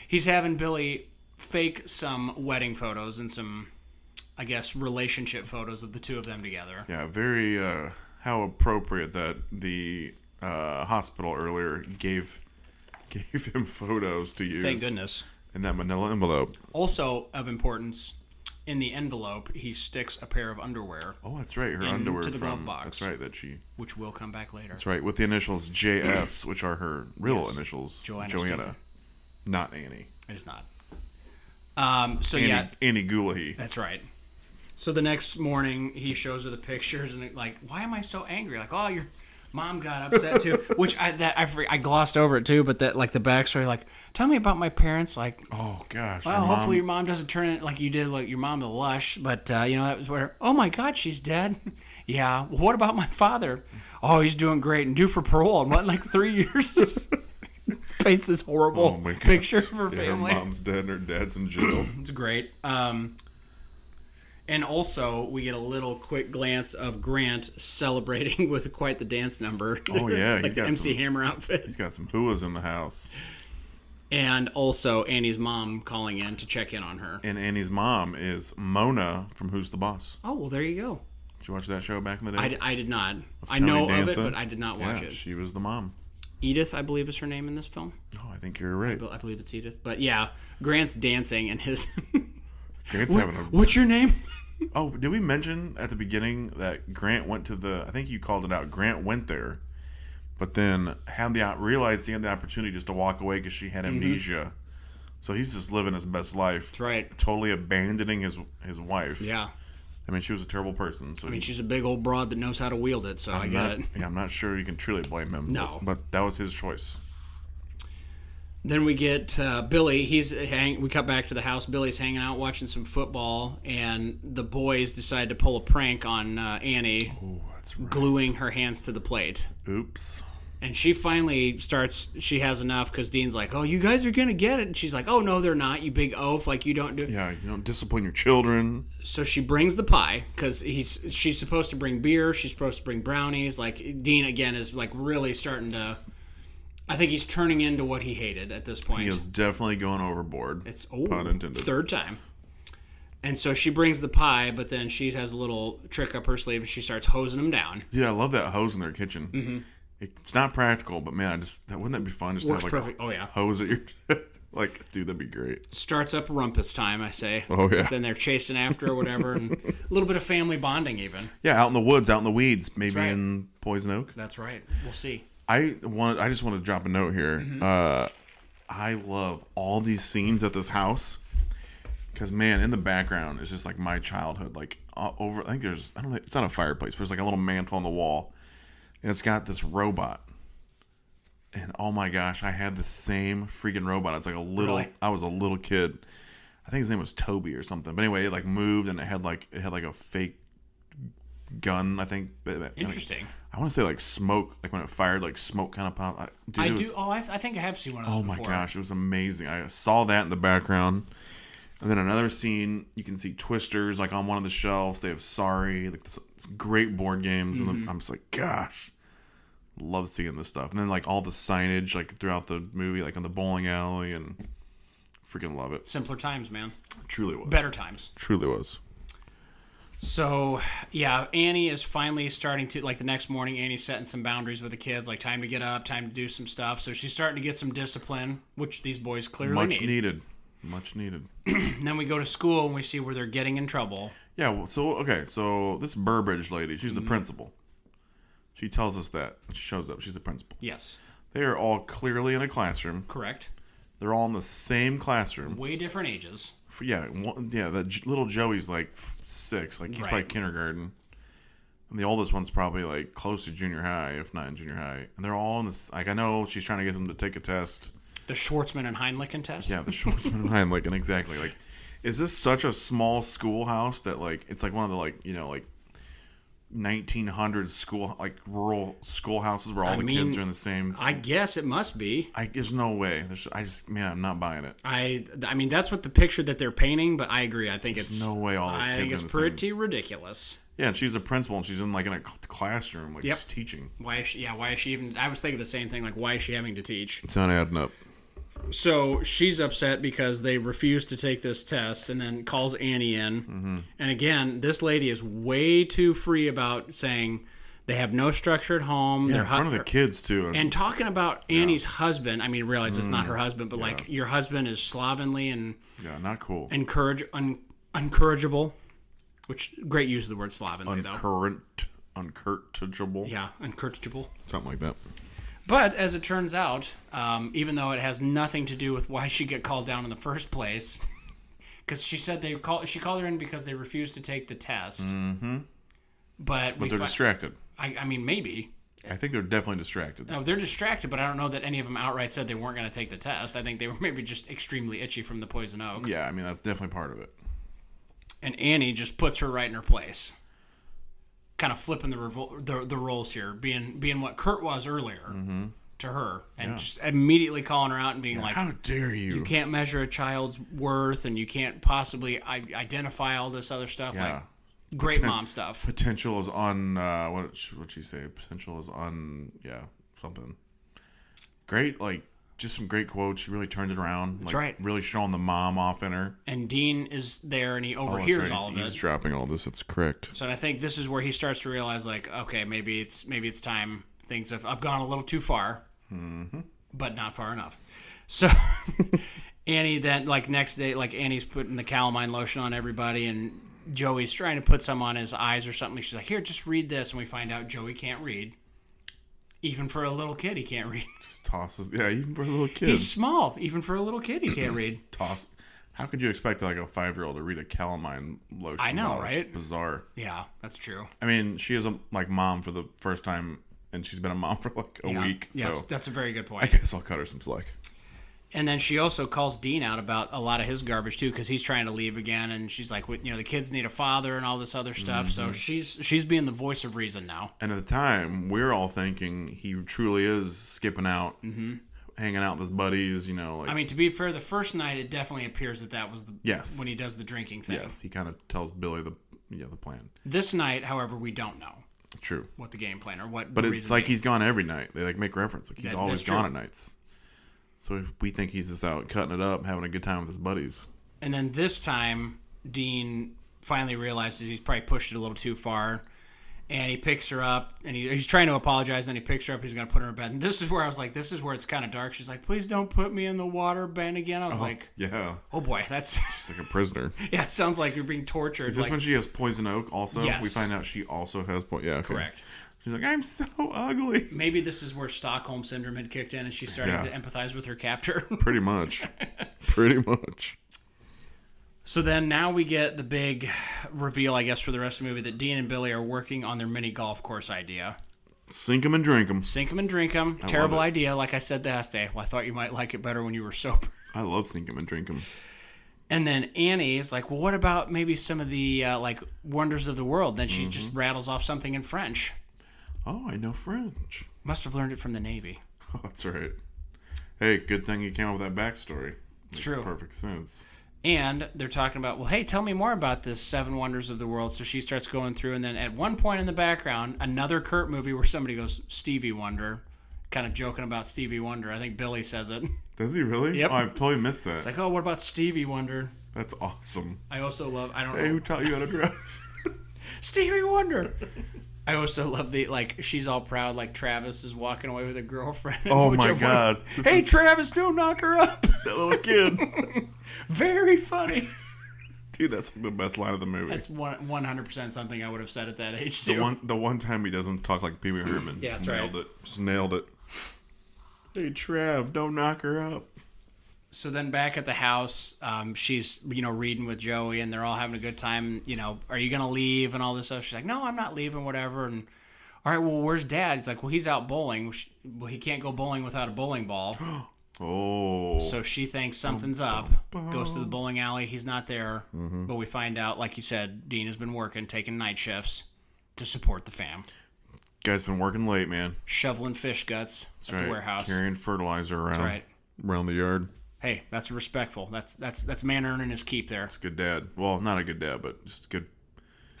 he's having Billy fake some wedding photos and some, I guess, relationship photos of the two of them together.
Yeah, very uh how appropriate that the uh hospital earlier gave gave him photos to use.
Thank goodness.
In that manila envelope.
Also of importance, in the envelope, he sticks a pair of underwear,
Oh, that's right. Her underwear
the glove
from
box.
That's right that she
which will come back later.
That's right, with the initials JS, which are her real
Yes.
initials.
Joanna Stephen.
Not Annie.
It is not. Um, so
Annie,
yeah,
Annie Goulahy.
that's right. So the next morning, he shows her the pictures and like, why am I so angry? Like, oh, your mom got upset too. which I that I, for- I glossed over it too, but that like the backstory, like, tell me about my parents. Like,
Oh gosh.
well,
her mom-
hopefully your mom doesn't turn it like you did, like your mom to lush. But uh, you know that was where. Oh my God, she's dead. yeah. Well, what about my father? Oh, he's doing great and due for parole in what like three years. Just paints this
Oh
horrible
my gosh.
picture of her
Yeah,
family.
Her mom's dead and her dad's in jail.
It's great. Um, and also we get a little quick glance of Grant celebrating with quite the dance number.
Oh, yeah, he's
like the
got
MC
some-
Hammer outfit.
He's got some huas in the house.
And also Annie's mom calling in to check in on her.
And Annie's mom is Mona from Who's the Boss.
Oh well, there you go.
Did you watch that show back in the day?
I, d- I did not. I
Tony
know of it,
Danza?
but I did not watch
yeah,
it.
She was the mom.
Edith, I believe, is her name in this film.
Oh, I think you're right.
But I believe it's Edith. But yeah, Grant's dancing and his.
Grant's having a
What's your name?
Oh, did we mention at the beginning that Grant went to the? I think you called it out. Grant went there, but then had the realized he had the opportunity just to walk away because she
Mm-hmm.
had amnesia. So he's just living his best life. That's
right.
Totally abandoning his his wife.
Yeah,
I mean, she was a terrible person. So
I mean she's a big old broad that knows how to wield it, so i get
not,
it.
Yeah, I'm not sure you can truly blame him.
No.
but, but that was his choice.
Then we get uh, Billy. He's hang. We cut back to the house. Billy's hanging out watching some football, and the boys decide to pull a prank on uh, Annie,
Oh, that's right.
gluing her hands to the plate.
Oops.
And she finally starts. She has enough because Dean's like, "Oh, you guys are gonna get it," and she's like, "Oh no, they're not. You big oaf! Like you don't do."
Yeah, you don't discipline your children.
So she brings the pie because he's she's supposed to bring beer. She's supposed to bring brownies. Like Dean again is like really starting to. I think he's turning into what he hated at this point.
He is definitely going overboard.
It's oh,
Pun intended.
third time. And so she brings the pie, but then she has a little trick up her sleeve and she starts hosing them down.
Dude, I love that hose in their kitchen.
Mm-hmm.
It's not practical, but man, I just that wouldn't that be fun? Just to have
Works
like
perfect. Oh yeah.
a hose at your like, dude, that'd be great.
Starts up rumpus time, I say.
Oh, yeah.
Then they're chasing after or whatever, and a little bit of family bonding even.
Yeah, out in the woods, out in the weeds, maybe
right.
in poison oak.
That's right. We'll see.
I want. I just want to drop a note here.
Mm-hmm.
Uh, I love all these scenes at this house because man, in the background it's just like my childhood. Like uh, over, I think there's. I don't. know, It's not a fireplace, but there's like a little mantle on the wall, and it's got this robot. And oh my gosh, I had the same freaking robot. It's like a little.
Really?
I was a little kid. I think his name was Toby or something. But anyway, it like moved and it had like it had like a fake gun. I think. but- but-
Interesting.
I want to say like smoke, like when it fired, like smoke kind of pop. I, dude,
I
it was-
do. Oh, I, I think I have seen one of those.
Oh my
before.
gosh, it was amazing. I saw that in the background. And then another scene, you can see Twisters like on one of the shelves. They have Sorry, like this, this great board games,
Mm-hmm.
and I'm just like, gosh, love seeing this stuff. And then like all the signage like throughout the movie, like on the bowling alley, and freaking love it.
Simpler times, man.
Truly was.
Better times.
Truly was.
So yeah, Annie is finally starting to like the next morning. Annie's setting some boundaries with the kids, like time to get up, time to do some stuff. So she's starting to get some discipline, which these boys clearly
Much
need.
needed. Much needed.
And then we go to school and we see where they're getting in trouble.
Yeah. Well, so okay. So this Burbridge lady, she's the principal. She tells us that when she shows up. She's the principal.
Yes,
They are all clearly in a classroom.
correct.
They're all in the same classroom.
Way different ages.
F- Yeah, one, yeah. That J- little Joey's like f- six, like he's
Right.
probably kindergarten, and the oldest one's probably like close to junior high, if not in junior high. And they're all in this. Like I know she's trying to get them to take a test.
The Schwartzman and Heinlein test.
Yeah, the Schwarzman and Heinlein, exactly. Like, is this such a small schoolhouse that like it's like one of the like you know like 1900s school like rural schoolhouses where all
I
the
mean,
kids are in the same.
I guess it must be.
I, there's no way. There's, I just man, I'm not buying it.
I I mean that's what the picture that they're painting, but I agree. I think it's
no way all those
I
kids
think
are
it's
in the same-
pretty ridiculous.
Yeah, and she's a principal, and she's in like in a cl- classroom, like
Yep.
she's teaching.
Why is she? Yeah, why is she even? I was thinking the same thing. Like, why is she having to teach?
It's not adding up.
So she's upset because they refuse to take this test, and then calls Annie in.
Mm-hmm.
And again, this lady is way too free about saying they have no structure at home.
Yeah,
they're
in front of
hu-
the kids too. And,
and talking about Annie's husband. I mean, realize it's
Mm.
not her husband, but like your husband is slovenly and
yeah, not cool.
encourage un, uncourageable, which great use of the word slovenly though.
Uncurrent, uncurtageable,
yeah, uncourageable.
something like that.
But as it turns out, um, even though it has nothing to do with why she got called down in the first place, because she said they call she called her in because they refused to take the test. Mm-hmm. But we
But they're
fi-
distracted.
I, I mean, maybe
I think they're definitely distracted.
no, they're distracted, but I don't know that any of them outright said they weren't going to take the test. I think they were maybe just extremely itchy from the poison oak.
Yeah, I mean that's definitely part of it.
And Annie just puts her right in her place, kind of flipping the revol- the, the roles here, being being what Kurt was earlier to her, and just immediately calling her out and being like,
How dare you?
you can't measure a child's worth and you can't possibly I- identify all this other stuff
yeah,
like great mom stuff
potential is on. Uh, what what she say? Potential is on. Yeah, something. Great, like just some great quotes. She really turned it around. That's like,
right.
Really showing the mom off in her.
and dean is there and he
Oh, that's
overhears
right,
all of
he's
it
Eavesdropping all this. It's correct.
so i think this is where he starts to realize like okay maybe it's maybe it's time things have i've gone a little too far
Mm-hmm.
but not far enough so annie then like next day like annie's putting the calamine lotion on everybody and joey's trying to put some on his eyes or something she's like here just read this and we find out joey can't read even for a little kid he can't read
Just tosses. Yeah, even for a little kid.
He's small, even for a little kid. He can't read.
toss. How could you expect like a five year old to read a calamine lotion?
I know,
bottle? It's
right?
bizarre.
Yeah, that's true.
I mean, she is a like mom for the first time, and she's been a mom for like a
Yeah.
week.
Yeah,
so
that's, that's a very good
I
point.
guess I'll cut her some slack.
And then she also calls Dean out about a lot of his garbage too, because he's trying to leave again, and she's like, "Well, you know, the kids need a father and all this other stuff.
Mm-hmm.
So she's she's being the voice of reason now.
And at the time, we're all thinking he truly is skipping out, hanging out with his buddies. You know, like
Mm-hmm. I mean, to be fair, the first night it definitely appears that that was the
Yes.
when he does the drinking thing.
yes, he kind of tells Billy the yeah the plan.
This night, however, we don't know
True,
what the game plan or what.
but
the
it's
reason
like
being.
he's gone every night. They like make reference like he's
That-
always
that's true.
gone at nights. So we think he's just out cutting it up, having a good time with his buddies.
And then this time, Dean finally realizes he's probably pushed it a little too far. And he picks her up and he, he's trying to apologize. And he picks her up. He's going to put her in bed. And this is where I was like, this is where it's kind of dark. She's like, please don't put me in the water Ben again. I
Uh-huh.
was like,
Yeah,
oh boy, that's,
she's like a prisoner.
yeah, it sounds like you're being tortured.
Is this
like,
when she has poison oak? Also, we
Yes.
find out she also has poison. Yeah, okay.
correct.
She's like, I'm so ugly.
Maybe this is where Stockholm syndrome had kicked in and she started
Yeah.
to empathize with her captor.
Pretty much. Pretty much.
So then now we get the big reveal, I guess, for the rest of the movie that Dean and Billy are working on their mini golf course idea.
Sink 'em and drink 'em.
Sink 'em and drink 'em. Terrible
it.
idea, like I said last day. Well, I thought you might like it better when you were sober.
I love sink 'em and drink 'em.
And then Annie is like, well, what about maybe some of the uh, like wonders of the world? Then she just rattles off something in French.
Oh, I know French.
Must have learned it from the Navy.
Oh, that's right. Hey, good thing you came up with that backstory. It's
true.
Perfect sense.
And they're talking about, well, hey, tell me more about this Seven Wonders of the World. So she starts going through, and then at one point in the background, another Kurt movie where somebody goes, Stevie Wonder, kind of joking about Stevie Wonder. I think Billy says it.
Does he really?
Yep.
Oh, I totally missed that.
It's like, oh, what about Stevie Wonder?
that's awesome.
I also love, I don't
Hey,
know.
who taught you how to drive?
Stevie Wonder. I also love the like she's all proud like Travis is walking away with a girlfriend.
Oh
Which
my
I'm like,
God. This
Hey
is-
Travis, don't knock her up.
that little kid.
Very funny.
Dude, that's the best line of the movie.
That's one one hundred percent something I would have said at that age too.
the one, the one time he doesn't talk like Pee Wee Herman.
Yeah, that's
Just nailed
right.
it. Just nailed it. Hey, Trav, don't knock her up.
So then back at the house, um, she's you know reading with Joey and they're all having a good time. You know, are you gonna leave and all this stuff? She's like, no, I'm not leaving, whatever. And all right, well, where's Dad? He's like, well, he's out bowling. She- Well, he can't go bowling without a bowling ball.
Oh,
So she thinks something's up, goes to the bowling alley. He's not there.
Mm-hmm.
But we find out, like you said, Dean has been working, taking night shifts to support the fam,
guy's been working late, man.
shoveling fish guts at
Right,
the warehouse.
carrying fertilizer around,
right.
around the yard.
Hey, that's respectful. That's that's that's man earning his keep there.
Good dad. Well, not a good dad, but just a good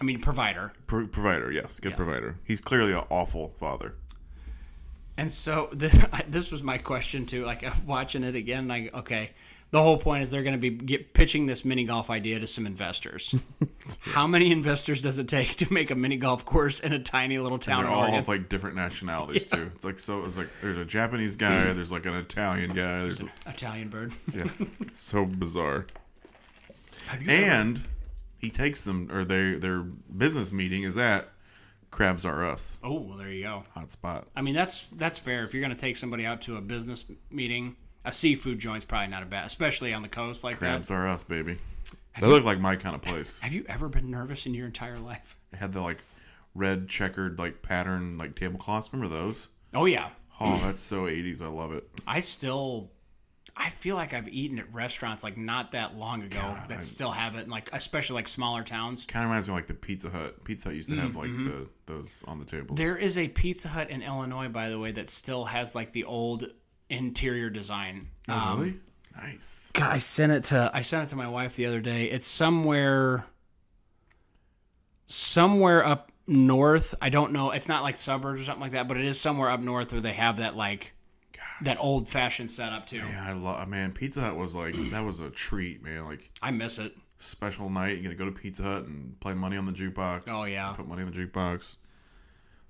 I mean, provider.
pro- provider. Yes, good provider. He's clearly an awful father.
And so this I, this was my question too. Like I'm watching it again, like okay, the whole point is they're going to be get, pitching this mini golf idea to some investors. How many investors does it take to make a mini golf course in a tiny little town?
They're
in
all
Oregon?
of like different nationalities too. It's like so. It's like there's a Japanese guy. There's like an Italian guy. There's
Italian bird.
yeah. It's so bizarre.
Have you ever-
And he takes them, or they their business meeting is at Crabs Are Us
Oh, well, there you go.
hot spot.
I mean, that's that's fair. If you're going to take somebody out to a business meeting, a seafood joint's probably not a bad, especially on the coast like
Crabs
that.
Are Us, baby. They look like my kind of place.
Have you ever been nervous in your entire life?
It had the like red checkered like pattern like tablecloths. Remember those?
Oh yeah,
Oh, that's so 80s. I love it.
I still. I feel like I've eaten at restaurants like not that long ago that still have it, and like especially like smaller towns.
Kind of reminds me of, like the Pizza Hut. Pizza Hut used to have like
Mm-hmm.
the those on the tables.
There is a Pizza Hut in Illinois, by the way, that still has like the old interior design.
Oh, really nice.
God, I sent it to I sent it to my wife the other day. It's somewhere somewhere up north. I don't know. It's not like suburbs or something like that, but it is somewhere up north where they have that like that old fashioned setup too.
Yeah, I love man. Pizza Hut was like that was a treat, man. Like
I miss it.
special night. You're gonna go to Pizza Hut and play money on the jukebox.
Oh, yeah.
put money on the jukebox.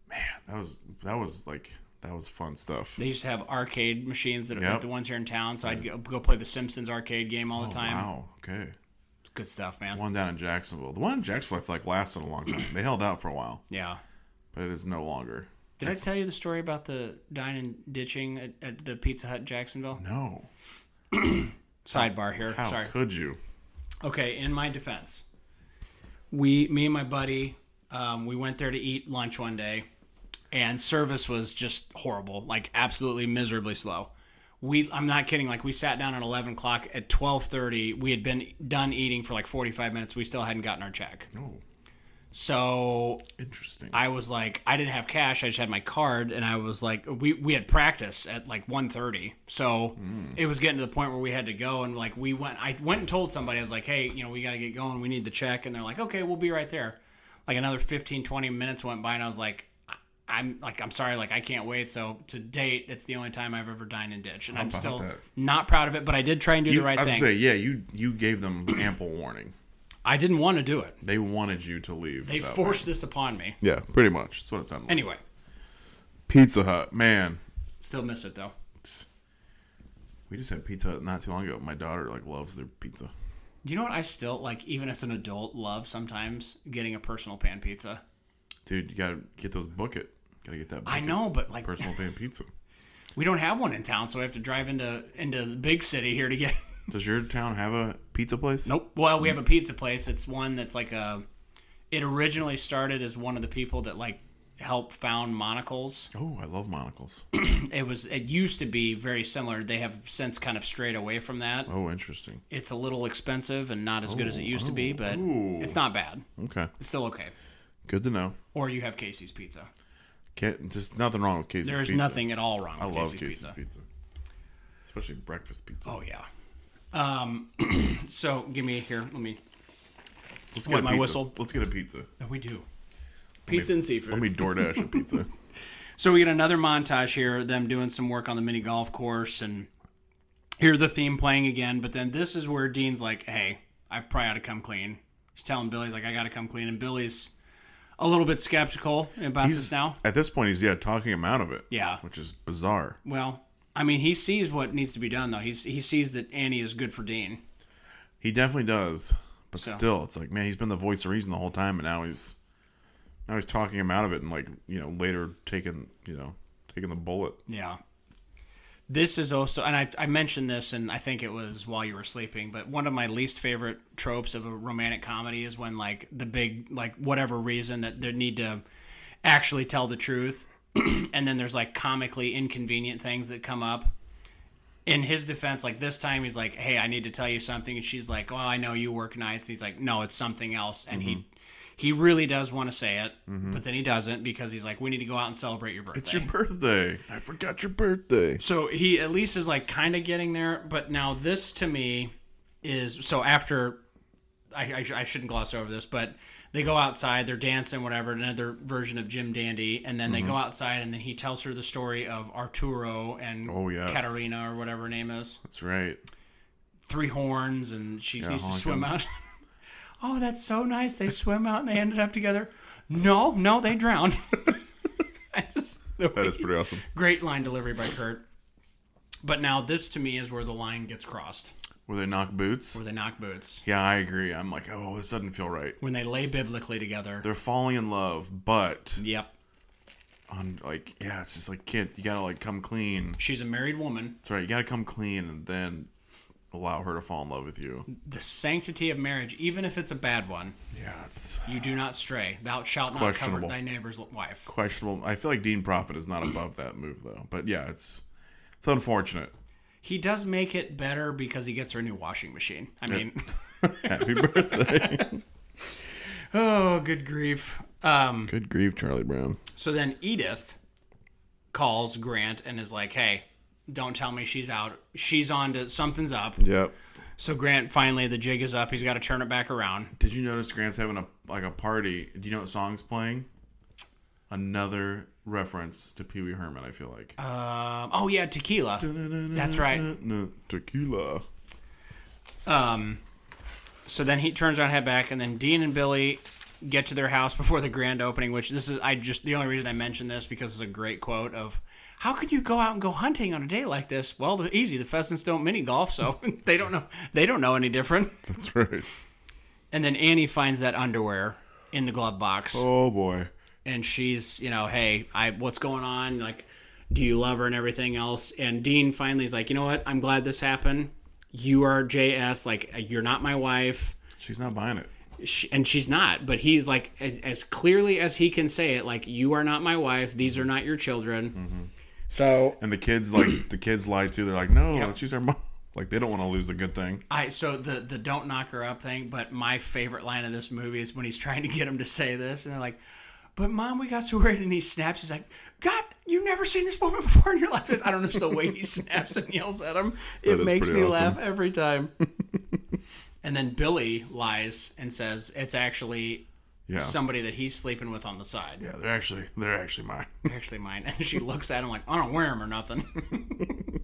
Man, that was that was like that was fun stuff.
They used to have arcade machines that
Yep. Oh,
like the ones here in town, so I'd go, go play the Simpsons arcade game all the time.
Wow. Okay.
Good stuff, man.
One down in Jacksonville. The one in Jacksonville I feel like lasted a long time. they held out for a while,
Yeah.
but it is no longer.
Did I tell you the story about the dine and ditching at, at the Pizza Hut Jacksonville?
No.
Sidebar here.
How
Sorry.
could you?
Okay, in my defense, we, me and my buddy, um, we went there to eat lunch one day, and service was just horrible, like absolutely miserably slow. We, I'm not kidding. Like we sat down at 11 o'clock. At 12:30, we had been done eating for like 45 minutes. We still hadn't gotten our check.
No.
So
Interesting.
I was like, I didn't have cash. I just had my card, and I was like, we we had practice at like 1.30. so
Mm.
it was getting to the point where we had to go, and like we went. I went and told somebody, I was like, hey, you know, we got to get going. We need the check, and they're like, okay, we'll be right there. Like another 15, 20 minutes went by, and I was like. I- I'm like I'm sorry, like I can't wait. So to date, it's the only time I've ever dined and ditch, and I'm
about
still
that?
not proud of it. But I did try and do
you,
the right
I was
thing.
gonna say, yeah, you you gave them ample warning.
I didn't want to do it.
They wanted you to leave.
They
that way.
forced this upon me.
Yeah, pretty much. That's what it sounded like.
Anyway,
Pizza Hut, man.
still miss it though.
We just had Pizza Hut not too long ago. My daughter like loves their pizza.
Do you know what I still like, even as an adult, love sometimes getting a personal pan pizza?
Dude, you gotta get those bucket. Gotta get that. Bucket.
I know, but like
Personal pan pizza.
we don't have one in town, so I have to drive into into the big city here to get.
Does your town have a pizza place?
Nope. Well, we have a pizza place. It's one that's like a. It originally started as one of the people that like helped found Monocles.
Oh, I love monocles.
It was it used to be very similar. They have since kind of strayed away from that.
Oh, interesting.
It's a little expensive and not as good as it used to be, but
oh.
it's not bad.
Okay,
It's still okay.
good to know.
Or you have Casey's Pizza.
Can't, there's nothing wrong with Casey's
There is
pizza.
nothing at all wrong
I
with
love
Casey's,
Casey's
Pizza.
pizza. especially breakfast pizza.
Oh yeah. Um, so give me here. Let me.
Let's
what,
a
my
pizza.
whistle? Oh,
Let's get a pizza.
We do. Pizza and seafood.
Let me DoorDash a pizza.
So we get another montage here, them doing some work on the mini golf course, and hear the theme playing again. But then this is where Dean's like, "Hey, I probably ought to come clean." He's telling Billy like, "I got to come clean," and Billy's a little bit skeptical about
He's
this now.
at this point. He's yeah talking him out of it.
Yeah.
which is bizarre.
Well, I mean, he sees what needs to be done though. He's he sees that Annie is good for Dean.
He definitely does, but still, it's like man, he's been the voice of reason the whole time, and now he's now he's talking him out of it, and like you know later taking you know taking the bullet.
Yeah. This is also, and I, I mentioned this, and I think it was while you were sleeping, but one of my least favorite tropes of a romantic comedy is when, like, the big, like, whatever reason that they need to actually tell the truth, and then there's, like, comically inconvenient things that come up. In his defense, like, this time he's like, hey, I need to tell you something. And she's like, well, I know you work nights. he's like, no, it's something else. And
Mm-hmm.
he, he really does want to say it, but then he doesn't because he's like, we need to go out and celebrate your birthday.
It's your birthday. I forgot your birthday.
So he at least is like kind of getting there, but now this to me is so after I, I, sh- I shouldn't gloss over this, but they go outside, they're dancing, whatever, another version of Jim Dandy,
Mm-hmm.
and then they go outside, and then he tells her the story of Arturo and
Oh, yes.
Katerina or whatever her name is,
That's right.
three horns, and she needs to
honk
swim
him.
out. oh, that's so nice. They swim out and they ended up together. No, no, they drowned. I just,
That is pretty awesome.
Great line delivery by Kurt. But now this to me is where the line gets crossed,
Were they knock boots?
where they knock boots,
Yeah, I agree. I'm like, oh, this doesn't feel right.
when they lay biblically together.
They're falling in love, but
Yep.
on like, yeah, it's just like, kid, you gotta like come clean.
She's a married woman.
That's right. You gotta come clean and then allow her to fall in love with you.
The sanctity of marriage, even if it's a bad one,
Yeah, it's
you do not stray. Thou shalt not cover
questionable.
thy neighbor's wife.
questionable. I feel like Dean Profit is not above that move though. But yeah, it's it's unfortunate.
He does make it better because he gets her a new washing machine. I mean,
Happy birthday.
oh, good grief. Um,
Good grief, Charlie Brown.
So then Edith calls Grant and is like, hey, don't tell me she's out. She's on to something's up.
Yep.
So Grant finally the jig is up. He's got to turn it back around.
Did you notice Grant's having a like a party? Do you know what song's playing? Another reference to Pee Wee Herman. I feel like
Um, oh yeah, tequila. That's right.
Tequila.
Um, so then he turns around, head back, and then Dean and Billy get to their house before the grand opening. Which this is, I just the only reason I mentioned this because it's a great quote of, "How could you go out and go hunting on a day like this?" Well, the, easy. The pheasants don't mini golf, so they don't know. They don't know any different.
That's right.
And then Annie finds that underwear in the glove box.
Oh boy.
and she's you know hey i what's going on like do you love her and everything else and dean finally is like you know what i'm glad this happened you are js like you're not my wife
She's not buying it.
she, and she's not but he's like as, as clearly as he can say it like you are not my wife these are not your children so
And the kids like the kids lie too. They're like, no,
Yep.
she's our mom. Like they don't want to lose a good thing.
i so the the don't knock her up thing but my favorite line of this movie is when he's trying to get him to say this and they're like but mom, we got so worried, and he snaps. He's like, "God, you've never seen this woman before in your life." I don't know, it's the way he snaps and yells at him. It
is
makes me
pretty
laugh every time. and then Billy lies and says it's actually
Yeah.
somebody that he's sleeping with on the side.
yeah, they're actually they're actually mine.
They're Actually, mine. And she looks at him like, "I don't wear him or nothing."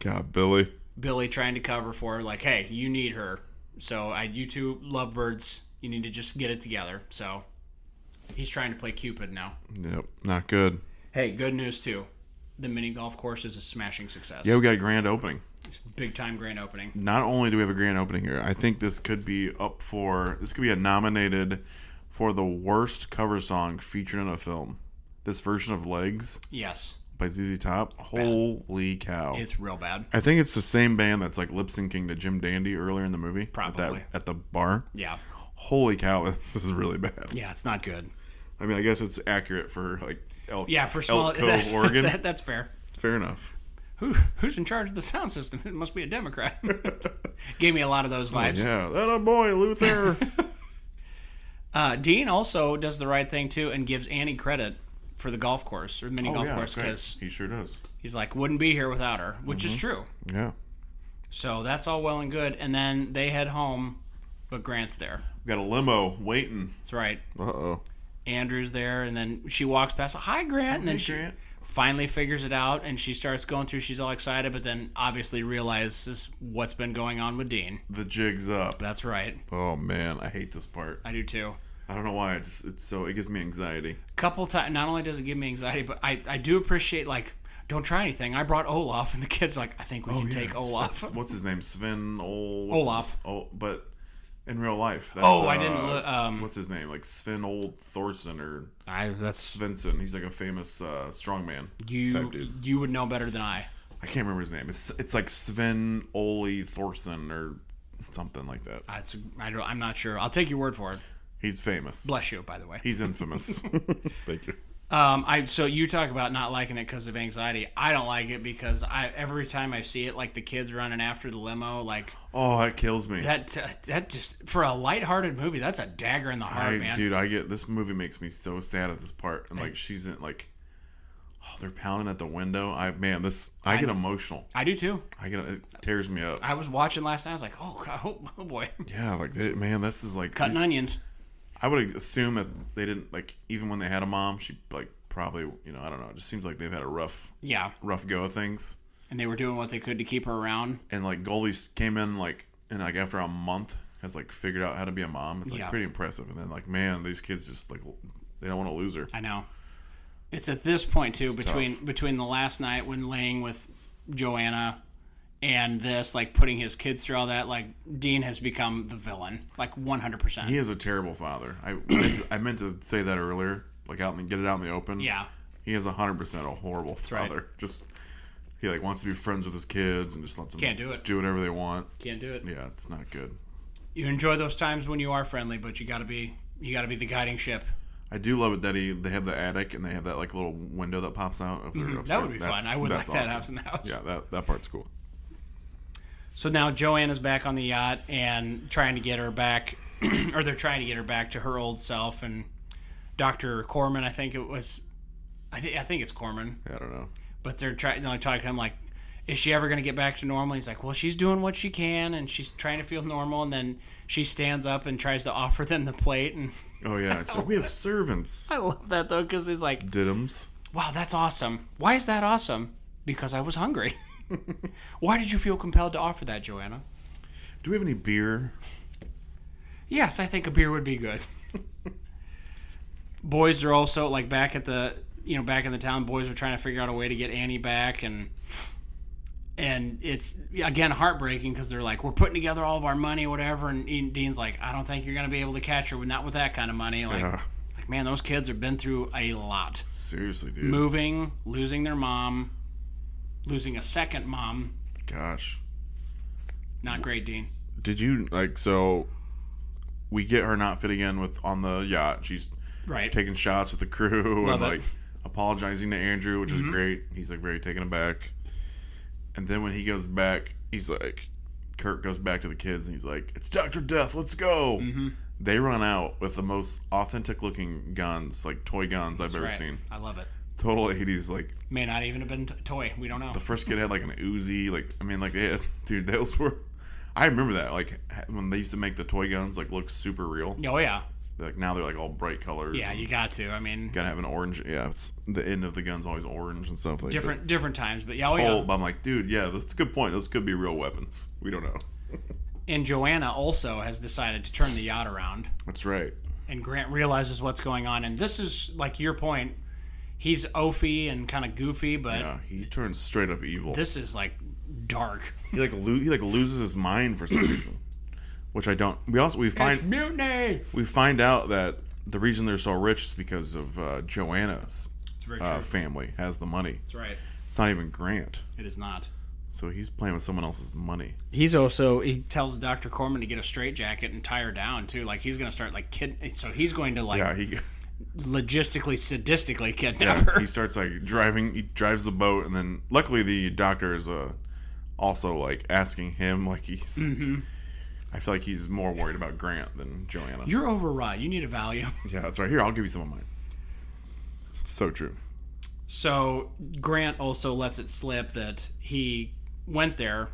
God, Billy.
Billy trying to cover for her, like, "Hey, you need her, so I, you two lovebirds, you need to just get it together." So he's trying to play Cupid now.
Yep, not good.
Hey, good news too. The mini golf course is a smashing success.
Yeah, we got a grand opening.
It's a big time grand opening.
not only do we have a grand opening here, I think this could be up for this could be a nominated for the worst cover song featured in a film. This version of Legs
Yes,
by ZZ Top. Holy cow.
it's real bad.
I think it's the same band that's like lip syncing to Jim Dandy earlier in the movie. at that-
Probably.
at the bar.
Yeah,
Holy cow, this is really bad.
yeah, it's not good.
I mean, I guess it's accurate for like Elk,
Yeah, for small
Elk Cove, Oregon.
that- that's fair.
Fair enough.
Who who's in charge of the sound system? It must be a Democrat. Gave me a lot of those vibes.
Oh, Yeah, that a boy, Luther.
Uh, Dean also does the right thing too and gives Annie credit for the golf course or mini
Oh,
golf
yeah,
course
great.
because
he sure does.
he's like wouldn't be here without her, which is true.
Yeah,
So that's all well and good. And then they head home, but Grant's there.
got a limo waiting.
That's right.
Uh oh.
Andrew's there, and then she walks past. Hi, Grant. And then she finally figures it out, and she starts going through. She's all excited, but then obviously realizes what's been going on with Dean.
The jig's up.
That's right.
Oh man, I hate this part.
I do too.
I don't know why. It's it's so it gives me anxiety.
couple times not only does it give me anxiety but I, I do appreciate like don't try anything i brought olaf and the kids like i think we can take
It's-
olaf
that's- What's his name? Sven Ol. what's
Olaf.
his- Oh, but in real life. That's, uh,
Oh, I didn't look- um,
what's his name? Like Sven Old Thorson or
I, that's
Vincent. He's like a famous uh, strongman.
you
type dude.
you would know better than i
I can't remember his name. It's it's like Sven Ole Thorson or something like that.
I, it's, I don't, i'm not sure i'll take your word for it
He's famous.
bless you by the way
He's infamous. Thank you.
um i so you talk about not liking it because of anxiety i don't like it because i every time i see it like the kids running after the limo like
Oh, that kills me.
that that just for a lighthearted movie that's a dagger in the heart
I,
man
dude, I get this movie makes me so sad at this part, and like she's in like, oh, they're pounding at the window. I man, this I, get emotional.
i do too
I get it tears me up.
i was watching last night i was like oh, God, oh, oh boy
yeah, like they- man, this is like
cutting
these-
onions
I would assume that they didn't like even when they had a mom, she like probably you know I don't know. It just seems like they've had a rough
yeah
rough go of things,
and they were doing what they could to keep her around.
and like Goldie's came in like and like after a month has like figured out how to be a mom. It's like
Yeah.
pretty impressive. And then like man, these kids just like they don't want to lose her.
I know. It's at this point too between
tough.
between the last night when laying with Joanna and this like putting his kids through all that like Dean has become the villain like 100%.
He is a terrible father. I meant to, I meant to say that earlier, like out and get it out in the open.
Yeah.
he is hundred percent a horrible
right.
father. Just he like wants to be friends with his kids and just lets them
Can't do it.
do whatever they want.
Can't do it.
Yeah, it's not good.
You enjoy those times when you are friendly, but you got to be you got to be the guiding ship.
I do love it that he they have the attic and they have that like little window that pops out. Of their
Mm-hmm. That
upstairs.
would be
That's-
fun. I would like
that's
that
awesome.
house in the house.
Yeah, that that part's cool.
So now Joanna's back on the yacht and trying to get her back, or they're trying to get her back to her old self. And Doctor Corman, I think it was, I think I think it's Corman,
I don't know.
but they're trying. They're talking. to him like, is she ever going to get back to normal? He's like, well, she's doing what she can, and she's trying to feel normal. And then she stands up and tries to offer them the plate. And
Oh yeah, so we have servants.
I love that though, because he's like,
Diddums.
wow, that's awesome. Why is that awesome? Because I was hungry. Why did you feel compelled to offer that, Joanna?
Do we have any beer?
Yes, I think a beer would be good. boys are also like back at the you know back in the town. Boys are trying to figure out a way to get Annie back, and and it's again heartbreaking because they're like, we're putting together all of our money, whatever. And Ian- Dean's like, I don't think you're gonna be able to catch her, with not with that kind of money. Like,
Yeah.
like man, those kids have been through a lot.
Seriously, dude.
Moving, losing their mom, losing a second mom.
Gosh.
Not great, Dean.
Did you like so? We get her not fitting in with on the yacht. She's
Right.
taking shots with the crew
Love
and
it. Mm-hmm.
like apologizing to Andrew, which is great. He's like very taken aback. And then when he goes back, he's like, Kirk goes back to the kids and he's like, "It's Doctor Death, let's go."
Mm-hmm.
They run out with the most authentic looking guns, like toy guns I've ever
Right.
seen.
I love it.
Total eighties. Like
May not even have been a toy. We don't know.
the first kid had like an Uzi. Like I mean, like they had, dude, those were. I remember that, like when they used to make the toy guns like look super real.
Oh yeah.
Like now they're like all bright colors.
Yeah,
and-
you got to. I mean,
gotta have an orange. Yeah, it's, the end of the gun's always orange and stuff like
different different times, but yeah, oh
That. Oh,
yeah.
but I'm like, dude, yeah, that's a good point. Those could be real weapons. We don't know.
And Joanna also has decided to turn the yacht around,
That's right.
and Grant realizes what's going on. And this is like your point. He's oafy and kind of goofy, but
Yeah, Uh, he turns straight up evil.
this is like dark.
he like lo- he like loses his mind for some reason, which I don't. We also we
It's
find
mutiny.
we find out that the reason they're so rich is because of uh, Joanna's
It's very true.
uh, family has the money.
That's right.
It's not even Grant,
It is not.
so he's playing with someone else's money.
He's also he tells Doctor Corman to get a straitjacket and tie her down too. Like he's gonna start like kid. So he's going to like
Yeah, he
logistically, sadistically kidnap
Yeah,
her.
he starts like driving. He drives the boat, and then luckily the doctor is uh, also like asking him. Like he's, I feel like he's more worried about Grant than Joanna.
You're overwrought. You need a value.
yeah, that's right. Here, I'll give you some of mine. So true.
So Grant also lets it slip that he went there,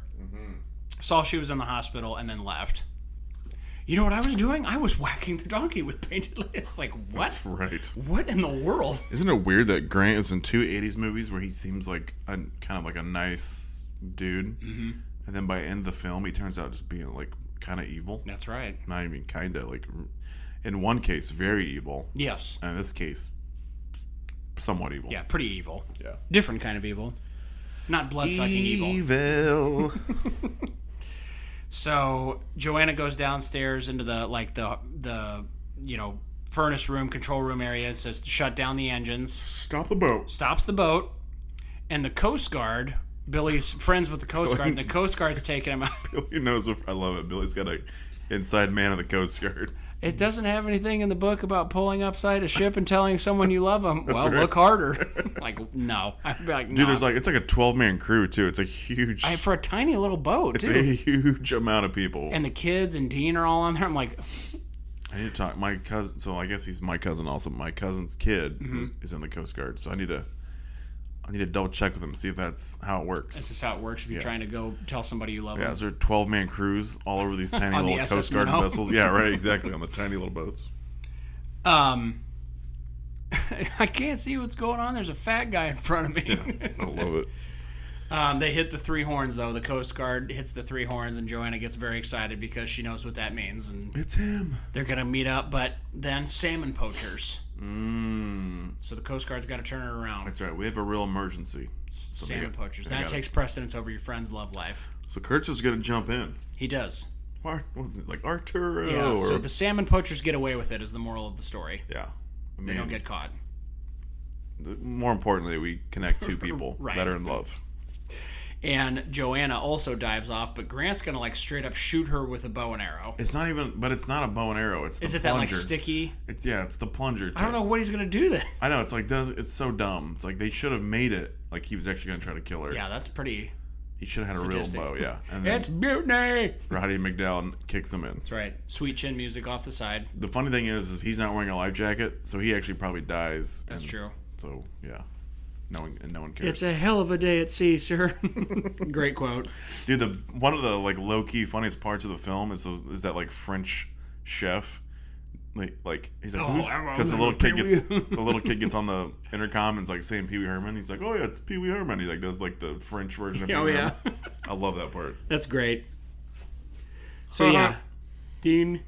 saw she was in the hospital, and then left. You know what I was doing? I was whacking the donkey with painted leaves. Like what?
Right.
What in the world?
Isn't it weird that Grant is in two '80s movies where he seems like a kind of like a nice dude, and then by the end of the film, he turns out just being like kind of evil.
That's right.
Not even kind of like, in one case, very evil,
Yes.
and in this case, somewhat evil.
Yeah. Pretty evil.
Yeah. E-
Different kind of evil. Not blood sucking evil.
Evil.
So Joanna goes downstairs into the like the the you know furnace room control room area and says to shut down the engines.
Stop the boat.
Stops the boat, and the Coast Guard. Billy's friends with the Coast Guard. and The Coast Guard's taking him out.
Billy knows if I love it. Billy's got a inside man of the Coast Guard.
It doesn't have anything in the book about pulling upside a ship and telling someone you love them. Well,
right.
look harder. like no, I'd be like no.
Dude, there's like it's like a 12 man crew too. It's a huge.
Uh, I- for a tiny little boat
it's
too.
a huge amount of people.
and the kids and Dean are all on there. I'm like,
I need to talk. My cousin. So I guess he's my cousin also. My cousin's kid
Mm-hmm.
is- is in the Coast Guard. So I need to. I need to double check with him see if that's how it
this
works.
is how it works if you're trying to go tell somebody you love
Yeah,
them.
is there 12 man crews all over these tiny
On the
little
SS
Coast Guard
Minnow.
vessels? Yeah, right. Exactly on the tiny little boats.
Um, I can't see what's going on. There's a fat guy in front of me.
I love it.
um, they hit the three horns though. The Coast Guard hits the three horns, and Joanna gets very excited because she knows what that means, and
It's him.
they're gonna meet up. But then salmon poachers.
Mm,
So the Coast Guard's got to turn her around.
that's right. We have a real emergency. they
salmon
got-
poachers.
they
That
got it.
takes precedence over your friend's love life.
So Kurtz is gonna jump in.
He does.
Ar- was it like Arturo?
Yeah.
or,
so the salmon poachers get away with it is the moral of the story.
yeah. I
They don't
mean,
get caught.
th- more importantly, we connect two people
Right.
that are in love.
And Joanna also dives off, but Grant's gonna like straight up shoot her with a bow and arrow.
It's not even, but it's not a bow and arrow. It's the
Is it that
plunger.
like sticky?
It's yeah, it's the plunger. Tip.
I don't know what he's gonna do then.
I know it's like does it's so dumb. It's like they should have made it like he was actually gonna try to kill her.
Yeah, that's pretty.
He should have had a
Sadistic.
real bow. Yeah. And then
It's mutiny.
Roddy McDowell kicks him in.
That's right. Sweet chin music off the side.
The funny thing is, is he's not wearing a life jacket, so he actually probably dies.
That's
and
true.
So yeah, no one and no one cares.
It's a hell of a day at sea, sir. Great quote.
Dude, the one of the like low key funniest parts of the film is those, is that like French chef, like like he's like
Oh, I
because the
love
little kid
Pee-wee.
get, the little kid gets on the intercom and it's like saying Pee Wee Herman. He's like, oh yeah, it's Pee Wee Herman. He like does like the French version of Pee Wee
Oh, yeah.
Herman. I love that part.
That's great. So yeah, Dean,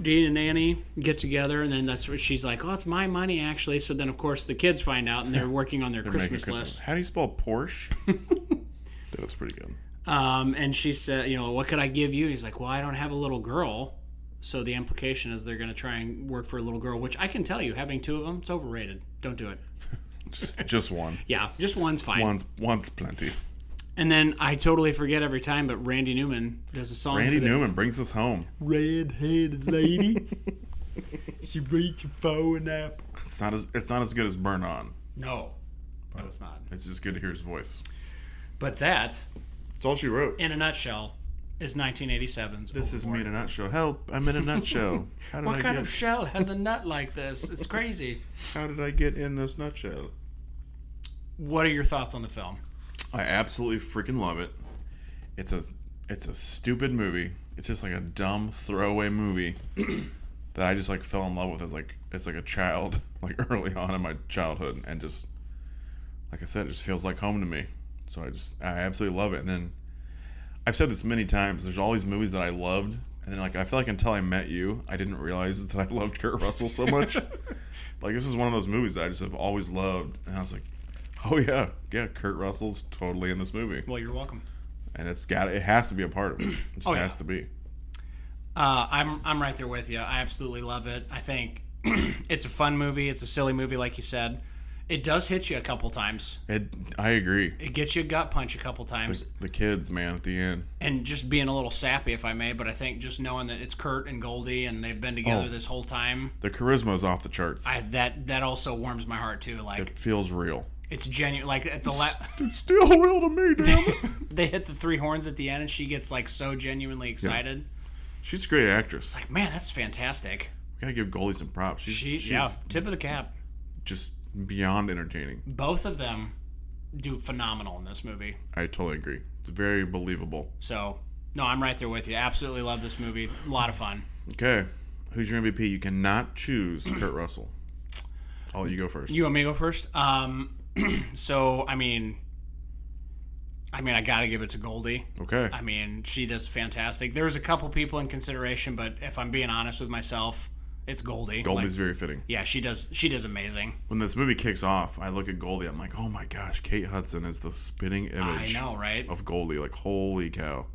Dean and Annie get together, and then that's where she's like, "Oh, it's my money actually." So then, of course, the kids find out, and they're working on their
Make it
Christmas list.
How do you spell Porsche? That's pretty good.
Um, and she said, "You know, what could I give you?" He's like, "Well, I don't have a little girl." So the implication is they're going to try and work for a little girl, which I can tell you, having two of them, it's overrated. Don't do it.
Just, just one.
Yeah, just one's fine.
One's one's plenty.
And then I totally forget every time, but Randy Newman does a song.
Randy
for the-
Newman brings us home.
red-headed lady. she breaks your phone up.
It's not as it's not as good as Burn On.
No, no, it's not.
It's just good to hear his voice.
But that,
It's all she wrote.
in a nutshell, is 1987's.
This is me in a nutshell. Help! I'm in a nutshell. How did
What
I
kind
get?
of shell has a nut like this? It's crazy.
how did I get in this nutshell?
what are your thoughts on the film?
I absolutely freaking love it. It's a it's a stupid movie. It's just like a dumb throwaway movie that I just like fell in love with as like as like a child, like early on in my childhood, and just like I said, it just feels like home to me. So I just I absolutely love it. And then I've said this many times. There's all these movies that I loved, and then like I feel like until I met you, I didn't realize that I loved Kurt Russell so much. like this is one of those movies that I just have always loved, and I was like, oh yeah, yeah, Kurt Russell's totally in this movie,
Well, you're welcome.
and it's got it has to be a part of it. It just
Oh, yeah.
has to be.
Uh, I'm I'm right there with you. I absolutely love it. I think it's a fun movie. It's a silly movie, like you said. It does hit you a couple times.
It, I agree.
It gets you a gut punch a couple times,
The kids, man, at the end.
and just being a little sappy, if I may. But I think just knowing that it's Kurt and Goldie and they've been together
Oh.
this whole time,
The charisma is off the charts.
I, that that also warms my heart too. Like
it feels real.
it's genuine. Like at the la-
It's still real to me, damn it.
they hit the three horns at the end, and she gets like so genuinely excited.
She's a great actress.
Like man, that's fantastic.
We gotta give Goldie some props. She's,
She
she's
yeah, tip of the cap.
just beyond entertaining.
Both of them do phenomenal in this movie.
I totally agree. It's very believable.
So no, I'm right there with you. Absolutely love this movie. A lot of fun.
Okay, who's your MVP? You cannot choose Kurt Russell. I'll let you go first.
You want me to go first? Um, so I mean, I mean, I gotta give it to Goldie.
okay.
I mean, she does fantastic. There's a couple people in consideration, but if I'm being honest with myself, it's Goldie.
Goldie's
Like,
very fitting.
yeah, she does. She does amazing.
When this movie kicks off, I look at Goldie. I'm like, oh my gosh, Kate Hudson is the spitting image
I know, right?
of Goldie. Like, holy cow,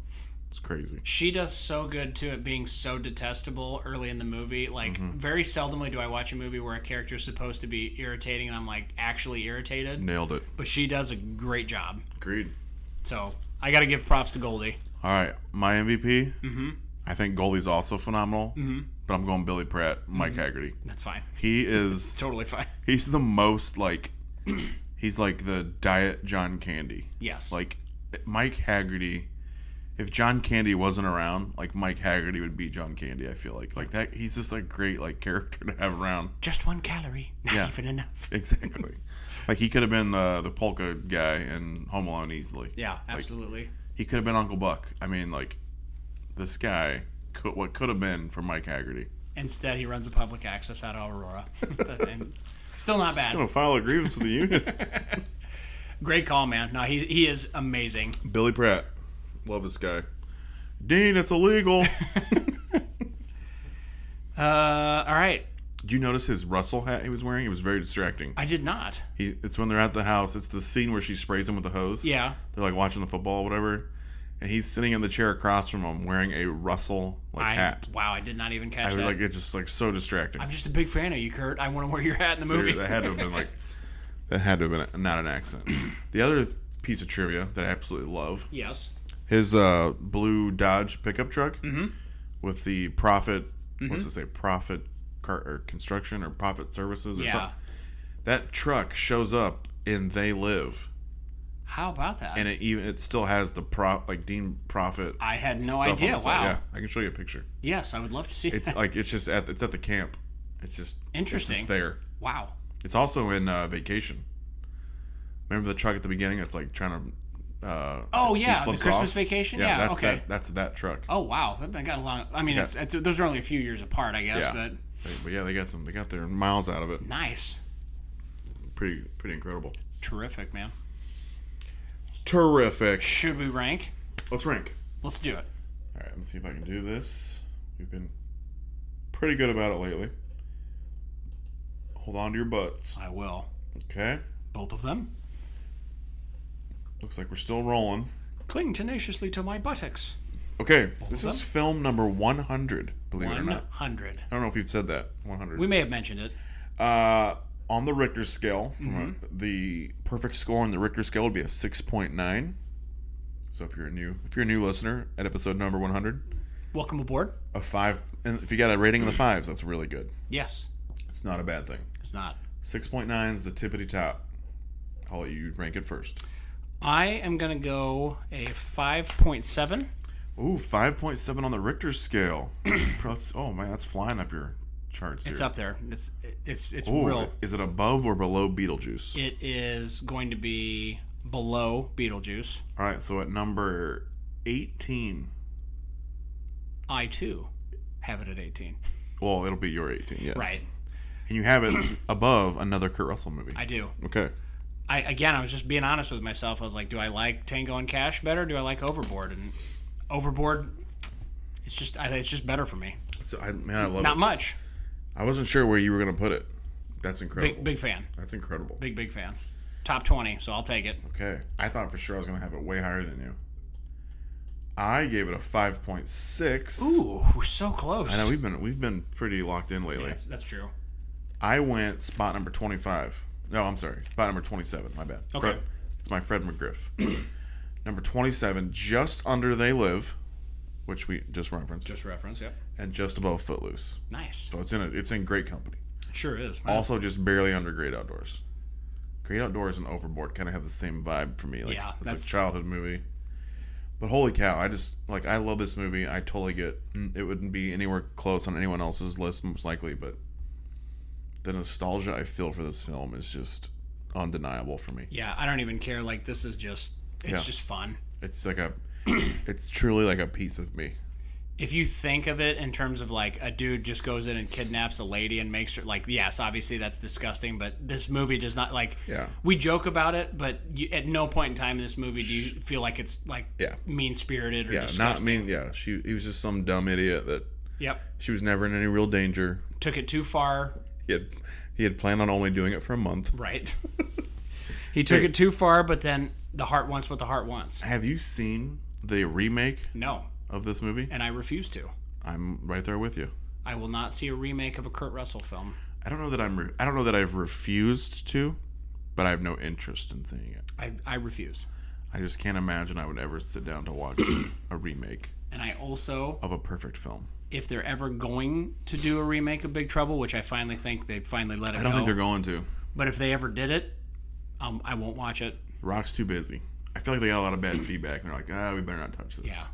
it's crazy.
She does so good too at being so detestable early in the movie. Like,
Mm-hmm.
very seldomly do I watch a movie where a character is supposed to be irritating and I'm like actually irritated.
Nailed it.
But she does a great job.
Agreed.
So I got to give props to Goldie.
All right, my MVP. Mm-hmm. I think Goldie's also phenomenal, mm-hmm. but I'm going Billy Pratt, Mike Haggerty.
That's fine.
He is
Totally fine.
he's the most like he's like the diet John Candy.
Yes.
Like Mike Haggerty. If John Candy wasn't around, like Mike Haggerty would be John Candy. I feel like like that. He's just a great like character to have around.
just one calorie, not
Yeah.
even enough.
Exactly. like he could have been the the polka guy in Home Alone easily.
Yeah, absolutely.
He could have been Uncle Buck. I mean, like this guy. Could, what could have been for Mike Haggerty?
Instead, he runs a public access out of Aurora. And Still not bad.
Gonna file a grievance with the union.
Great call, man. No, he he is amazing.
Billy Pratt, love this guy. Dean, it's illegal.
Uh, all right.
Did you notice his Russell hat he was wearing? It was very distracting.
I did not.
He, it's when they're at the house. It's the scene where she sprays him with the hose.
Yeah.
They're like watching the football, or whatever. And he's sitting in the chair across from him wearing a Russell like
I
hat.
wow, I did not even catch
I was
that.
like, it's just like so distracting.
I'm just a big fan of you, Kurt. I want to wear your hat in the
Seriously,
movie.
that had to have been like, that had to have been not an accident. the other piece of trivia that I absolutely love
yes.
his uh, blue Dodge pickup truck
Mm-hmm.
with the profit. What's it say? Profit car or construction or profit services or
Yeah.
something. That truck shows up in They Live,
How about that?
and it even it still has the prop like Dean Profit.
I had no
stuff on
idea.
the
Wow.
side. Yeah, I can show you a picture.
Yes, I would love to see
It's
that.
like it's just at it's at the camp. It's just It's
Interesting.
just there.
wow.
It's also in uh, Vacation. Remember the truck at the beginning? It's like trying to. Uh,
Oh,
he
yeah, the
flips
Christmas Vacation? Yeah,
that's
okay.
That, that's that truck.
Oh wow. That got a lot. I mean, it's, it's those are only a few years apart, I guess.
Yeah.
But
They- But yeah, they got some. They got their miles out of it.
nice,
Pretty, pretty incredible.
terrific, man.
Terrific.
Should we rank?
Let's rank.
Let's do it.
All right, let's see if I can do this. We've been pretty good about it lately. Hold on to your butts.
I will.
Okay.
Both of them.
Looks like we're still rolling.
Cling tenaciously to my buttocks.
Okay, this
of
is
them?
film number 100. Believe it or not,
100.
I don't know if you've said that. 100.
We may have mentioned it.
Uh, on the Richter scale, from a-
Mm-hmm.
the perfect score on the Richter scale would be a six point nine. So if you're a new if you're a new listener at episode number one hundred,
Welcome aboard.
a five, and if you got a rating in the fives, that's really good.
Yes,
It's not a bad thing.
it's not.
Six point nine is the tippity top. I'll let you rank it first.
I am going to go a 5.7.
Ooh, five point seven on the Richter scale. That's pros- oh man, that's flying up your charts.
It's
here.
up there. It's it's it's
Ooh,
real.
is it above or below Beetlejuice?
It is going to be below Beetlejuice.
All right, so at number eighteen.
I too have it at 18.
Well, it'll be your 18, yes.
Right.
And you have it above another Kurt Russell movie.
I do.
okay.
I again, I was just being honest with myself. I was like, do I like Tango and Cash better? Or do I like Overboard? And Overboard, it's just I, it's just better for me.
So I man, I love
Not
it.
much.
I wasn't sure where you were gonna put it. That's incredible.
Big big fan.
That's incredible.
Big big fan. Top twenty, so I'll take it.
Okay. I thought for sure I was gonna have it way higher than you. I gave it a five point six.
Ooh, we're so close.
I know we've been we've been pretty locked in lately.
that's, that's true.
I went spot number twenty five. No, I'm sorry. Spot number 27. My bad.
Okay.
Fred- it's my Fred McGriff. number 27, Just Under They Live, which we just referenced,
Just reference, yep.
and Just Above Footloose.
Nice.
So it's in a, it's in great company.
Sure is. man.
Also, just barely under Great Outdoors. Great Outdoors and Overboard kind of have the same vibe for me. Like,
Yeah,
it's
that's-
a childhood movie. But holy cow, I just like I love this movie. I totally get mm, it wouldn't be anywhere close on anyone else's list most likely, but the nostalgia I feel for this film is just undeniable for me.
Yeah, I don't even care. Like this is just it's
Yeah.
just fun.
It's like a it's truly like a piece of me.
If you think of it in terms of like a dude just goes in and kidnaps a lady and makes her like yes, obviously that's disgusting, but this movie does not like
Yeah.
we joke about it, but you, at no point in time in this movie do you feel like it's like
Yeah.
mean spirited or
Yeah, not
disgusting.
mean yeah, she he was just some dumb idiot that
Yep,
she was never in any real danger.
took it too far.
He had he had planned on only doing it for a month.
Right. he took it too far, but then the heart wants what the heart wants.
Have you seen the remake
No,
of this movie?
and I refuse to.
I'm right there with you.
I will not see a remake of a Kurt Russell film.
I don't know that I'm. Re- I don't know that I've refused to, but I have no interest in seeing it.
I, I refuse.
I just can't imagine I would ever sit down to watch a remake
And I also,
of a perfect film.
if they're ever going to do a remake of Big Trouble, which I finally think they finally let it
I don't
go,
think they're going to.
but if they ever did it, um, I won't watch it.
Rock's too busy. I feel like they got a lot of bad feedback, and they're like, ah, we better not touch this.
Yeah.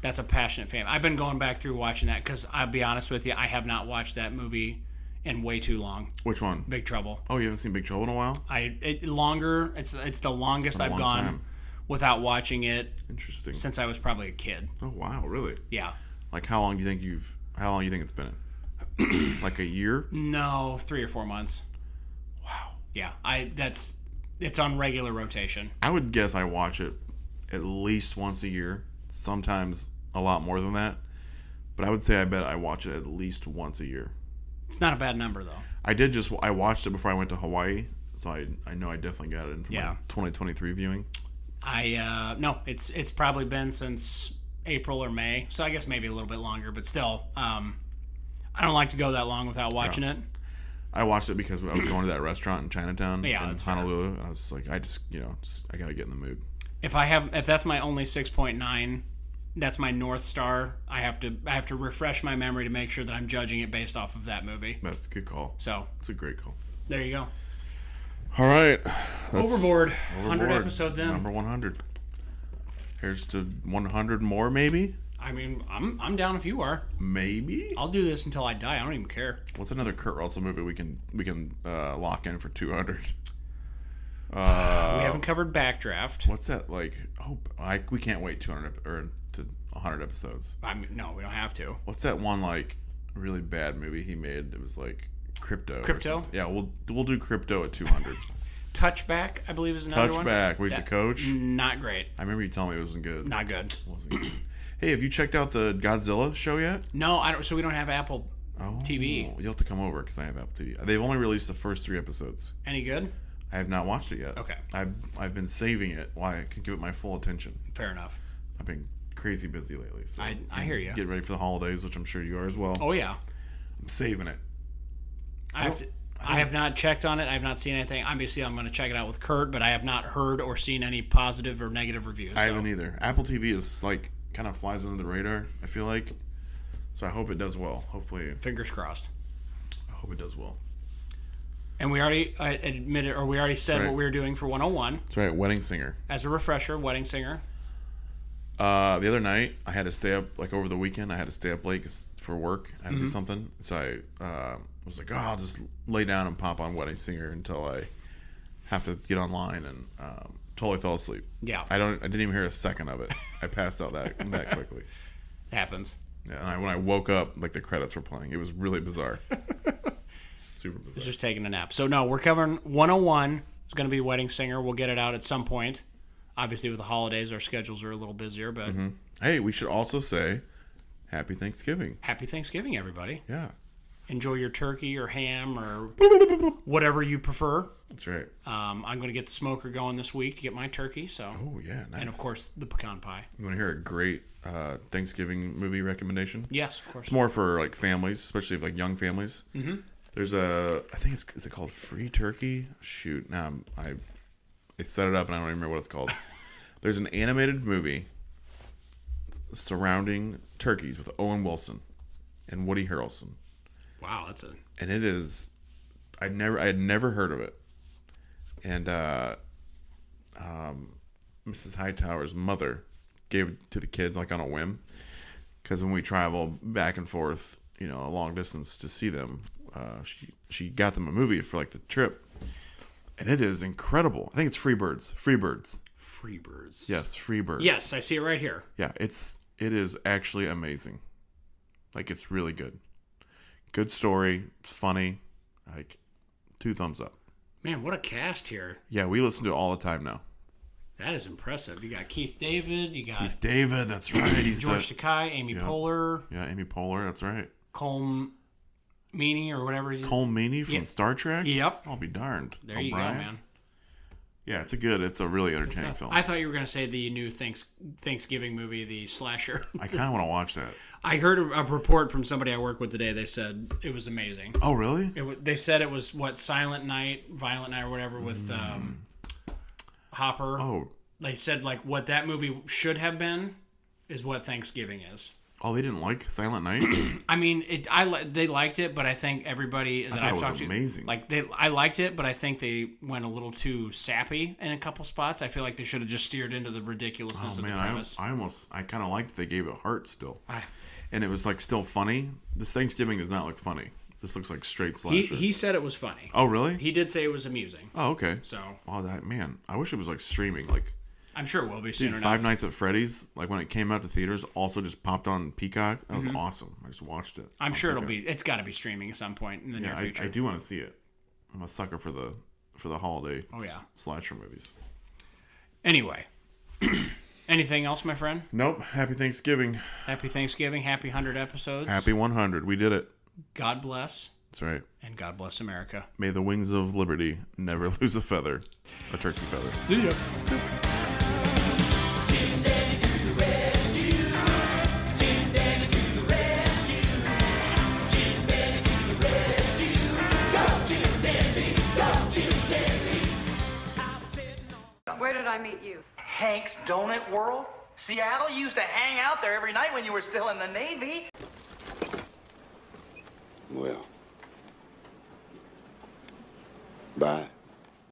That's a passionate fan. I've been going back through watching that because I'll be honest with you, I have not watched that movie in way too long.
Which one?
Big Trouble.
Oh, you haven't seen Big Trouble in a while.
I it, longer. It's it's the longest
a
I've
long
gone
time.
without watching it
Interesting.
since I was probably a kid.
Oh wow, really?
Yeah.
Like, how long do you think you've? How long do you think it's been? like a year?
No, three or four months.
Wow.
Yeah. I that's it's on regular rotation.
I would guess I watch it at least once a year, sometimes a lot more than that. But I would say I bet I watch it at least once a year.
It's not a bad number though.
I did just I watched it before I went to Hawaii, so I I know I definitely got it in for my
Yeah.
2023 viewing.
I uh no, it's it's probably been since April or May. So I guess maybe a little bit longer, but still um I don't like to go that long without watching it.
I watched it because I was going to that restaurant in Chinatown
Yeah,
in
that's fair.
Honolulu, and I was just like, I just you know just, I gotta get in the mood.
If I have if that's my only 6.9 that's my north star. I have to I have to refresh my memory to make sure that I'm judging it based off of that movie.
That's a good call.
So
It's a great call.
there you go.
All right,
Overboard.
Overboard,
100 episodes in.
number 100. Here's to 100 more, maybe,
I mean, I'm I'm down if you are.
maybe.
I'll do this until I die. I don't even care.
What's another Kurt Russell movie we can we can uh, lock in for two hundred? Uh,
we haven't covered Backdraft.
What's that like? Oh, I we can't wait two hundred or to hundred episodes.
I mean, no, we don't have to.
What's that one like really bad movie he made? It was like crypto. or
Crypto?
something. Yeah, we'll we'll do crypto at two hundred.
Touchback, I believe, is another one. Mm.
Touchback. Where's the
That-
coach?
Not great.
I remember you telling me it wasn't good.
Not good.
Wasn't good. hey, have you checked out the Godzilla show yet?
No, I don't. So we don't have Apple.
Oh,
TV.
You'll have to come over because I have Apple TV. They've only released the first three episodes.
Any good?
I have not watched it yet.
Okay.
I've I've been saving it while I could give it my full attention.
Fair enough.
I've been crazy busy lately. So
I I hear you.
get ready for the holidays, which I'm sure you are as well.
Oh yeah.
I'm saving it.
I have to. I have not checked on it. I have not seen anything. Obviously, I'm going to check it out with Kurt, but I have not heard or seen any positive or negative reviews.
I
so-
haven't either. Apple TV is like kind of flies under the radar. I feel like, so I hope it does well. Hopefully,
Fingers crossed.
I hope it does well.
And we already uh, admitted, or we already said
Right.
what we were doing for 101.
That's right. Wedding Singer.
As a refresher, wedding singer.
Uh, the other night I had to stay up like over the weekend. I had to stay up late 'cause- for work. I had
Mm-hmm.
to do something, so I uh, was like, "Oh, I'll just lay down and pop on Wedding Singer until I have to get online." And um, totally fell asleep.
Yeah,
I don't. I didn't even hear a second of it. I passed out that that quickly.
it happens.
Yeah, and I, when I woke up, like the credits were playing. It was really bizarre. Super bizarre.
Just taking a nap. So no, we're covering 101. It's going to be wedding singer. We'll get it out at some point. Obviously, with the holidays, our schedules are a little busier. But
hey, we should also say Happy Thanksgiving.
happy Thanksgiving, everybody.
Yeah,
Enjoy your turkey or ham or whatever you prefer.
that's right.
Um, I'm going to get the smoker going this week to get my turkey. So,
Oh yeah, nice.
and of course, the pecan pie.
you want to hear a great uh, Thanksgiving movie recommendation?
Yes, of course.
It's more for like families, especially like young families. Mm-hmm. There's a I think it's is it called free turkey? Shoot, now I'm, I I set it up and I don't even remember what it's called. There's an animated movie surrounding turkeys with Owen Wilson and Woody Harrelson,
Wow, that's a
and it is I never I had never heard of it, and uh, um, Mrs. Hightower's mother gave it to the kids like on a whim, because when we travel back and forth, you know, a long distance to see them, uh, she she got them a movie for like the trip, and it is incredible. I think it's Freebirds. Freebirds.
free birds.
Yes, Freebirds.
Yes, I see it right here.
Yeah, it's it is actually amazing. Like it's really good. Good story. It's funny. Like two thumbs up.
Man, what a cast here.
Yeah, we listen to it all the time now.
That is impressive. You got Keith David, you got
He's David. That's right. He's
George
the,
Takai, Amy Poehler,
yeah, Amy Poehler. That's right.
Colm Meaney, or whatever. He's,
Cole Meany from
Yeah.
Star Trek.
Yep.
I'll be darned.
There you
O'Brien.
go, man.
Yeah, it's a good. It's a really entertaining
Stuff.
film.
I
I,
thought you were going to say the new thanks, Thanksgiving movie, the slasher.
kind of want to watch that.
I heard a, a report from somebody I work with today. They said it was amazing.
Oh, really?
It wa they said it was what Silent Night, Violent Night, or whatever with um, Hopper.
Mm. Oh,
They said like what that movie should have been is what Thanksgiving is.
oh, they didn't like Silent Night.
I mean, it, I li- they liked it, but I think everybody that
thought it
I've
was
talked
amazing.
to, like they, I liked it, but I think they went a little too sappy in a couple spots. I feel like they should have just steered into the ridiculousness
oh
of
man,
the
I,
premise.
I almost I kind of liked that they gave it heart still.
I-
and it was like still funny. This Thanksgiving does not look funny. This looks like straight slasher.
he he said it was funny.
oh really?
He did say it was amusing.
oh okay.
So
Oh that man, I wish it was like streaming. Like
I'm sure it will be soon
dude,
enough.
Five Nights at Freddy's, like when it came out to theaters, also just popped on Peacock. That
Mm-hmm.
was awesome. I just watched it.
I'm
on
sure it'll
Peacock.
be. It's got to be streaming at some point in the near
Yeah,
future.
I, I do want to see it. I'm a sucker for the for the holiday. Oh
yeah.
slasher movies.
Anyway, anything else, my friend?
Nope. Happy Thanksgiving.
Happy Thanksgiving. Happy hundred episodes.
Happy 100. We did it.
God bless
That's right.
and God bless America.
May the wings of liberty never lose a feather, a turkey feather.
See ya.
Where did I meet you?
Hank's Donut World? Seattle? You used to hang out there every night when you were still in the Navy.
Well. Bye.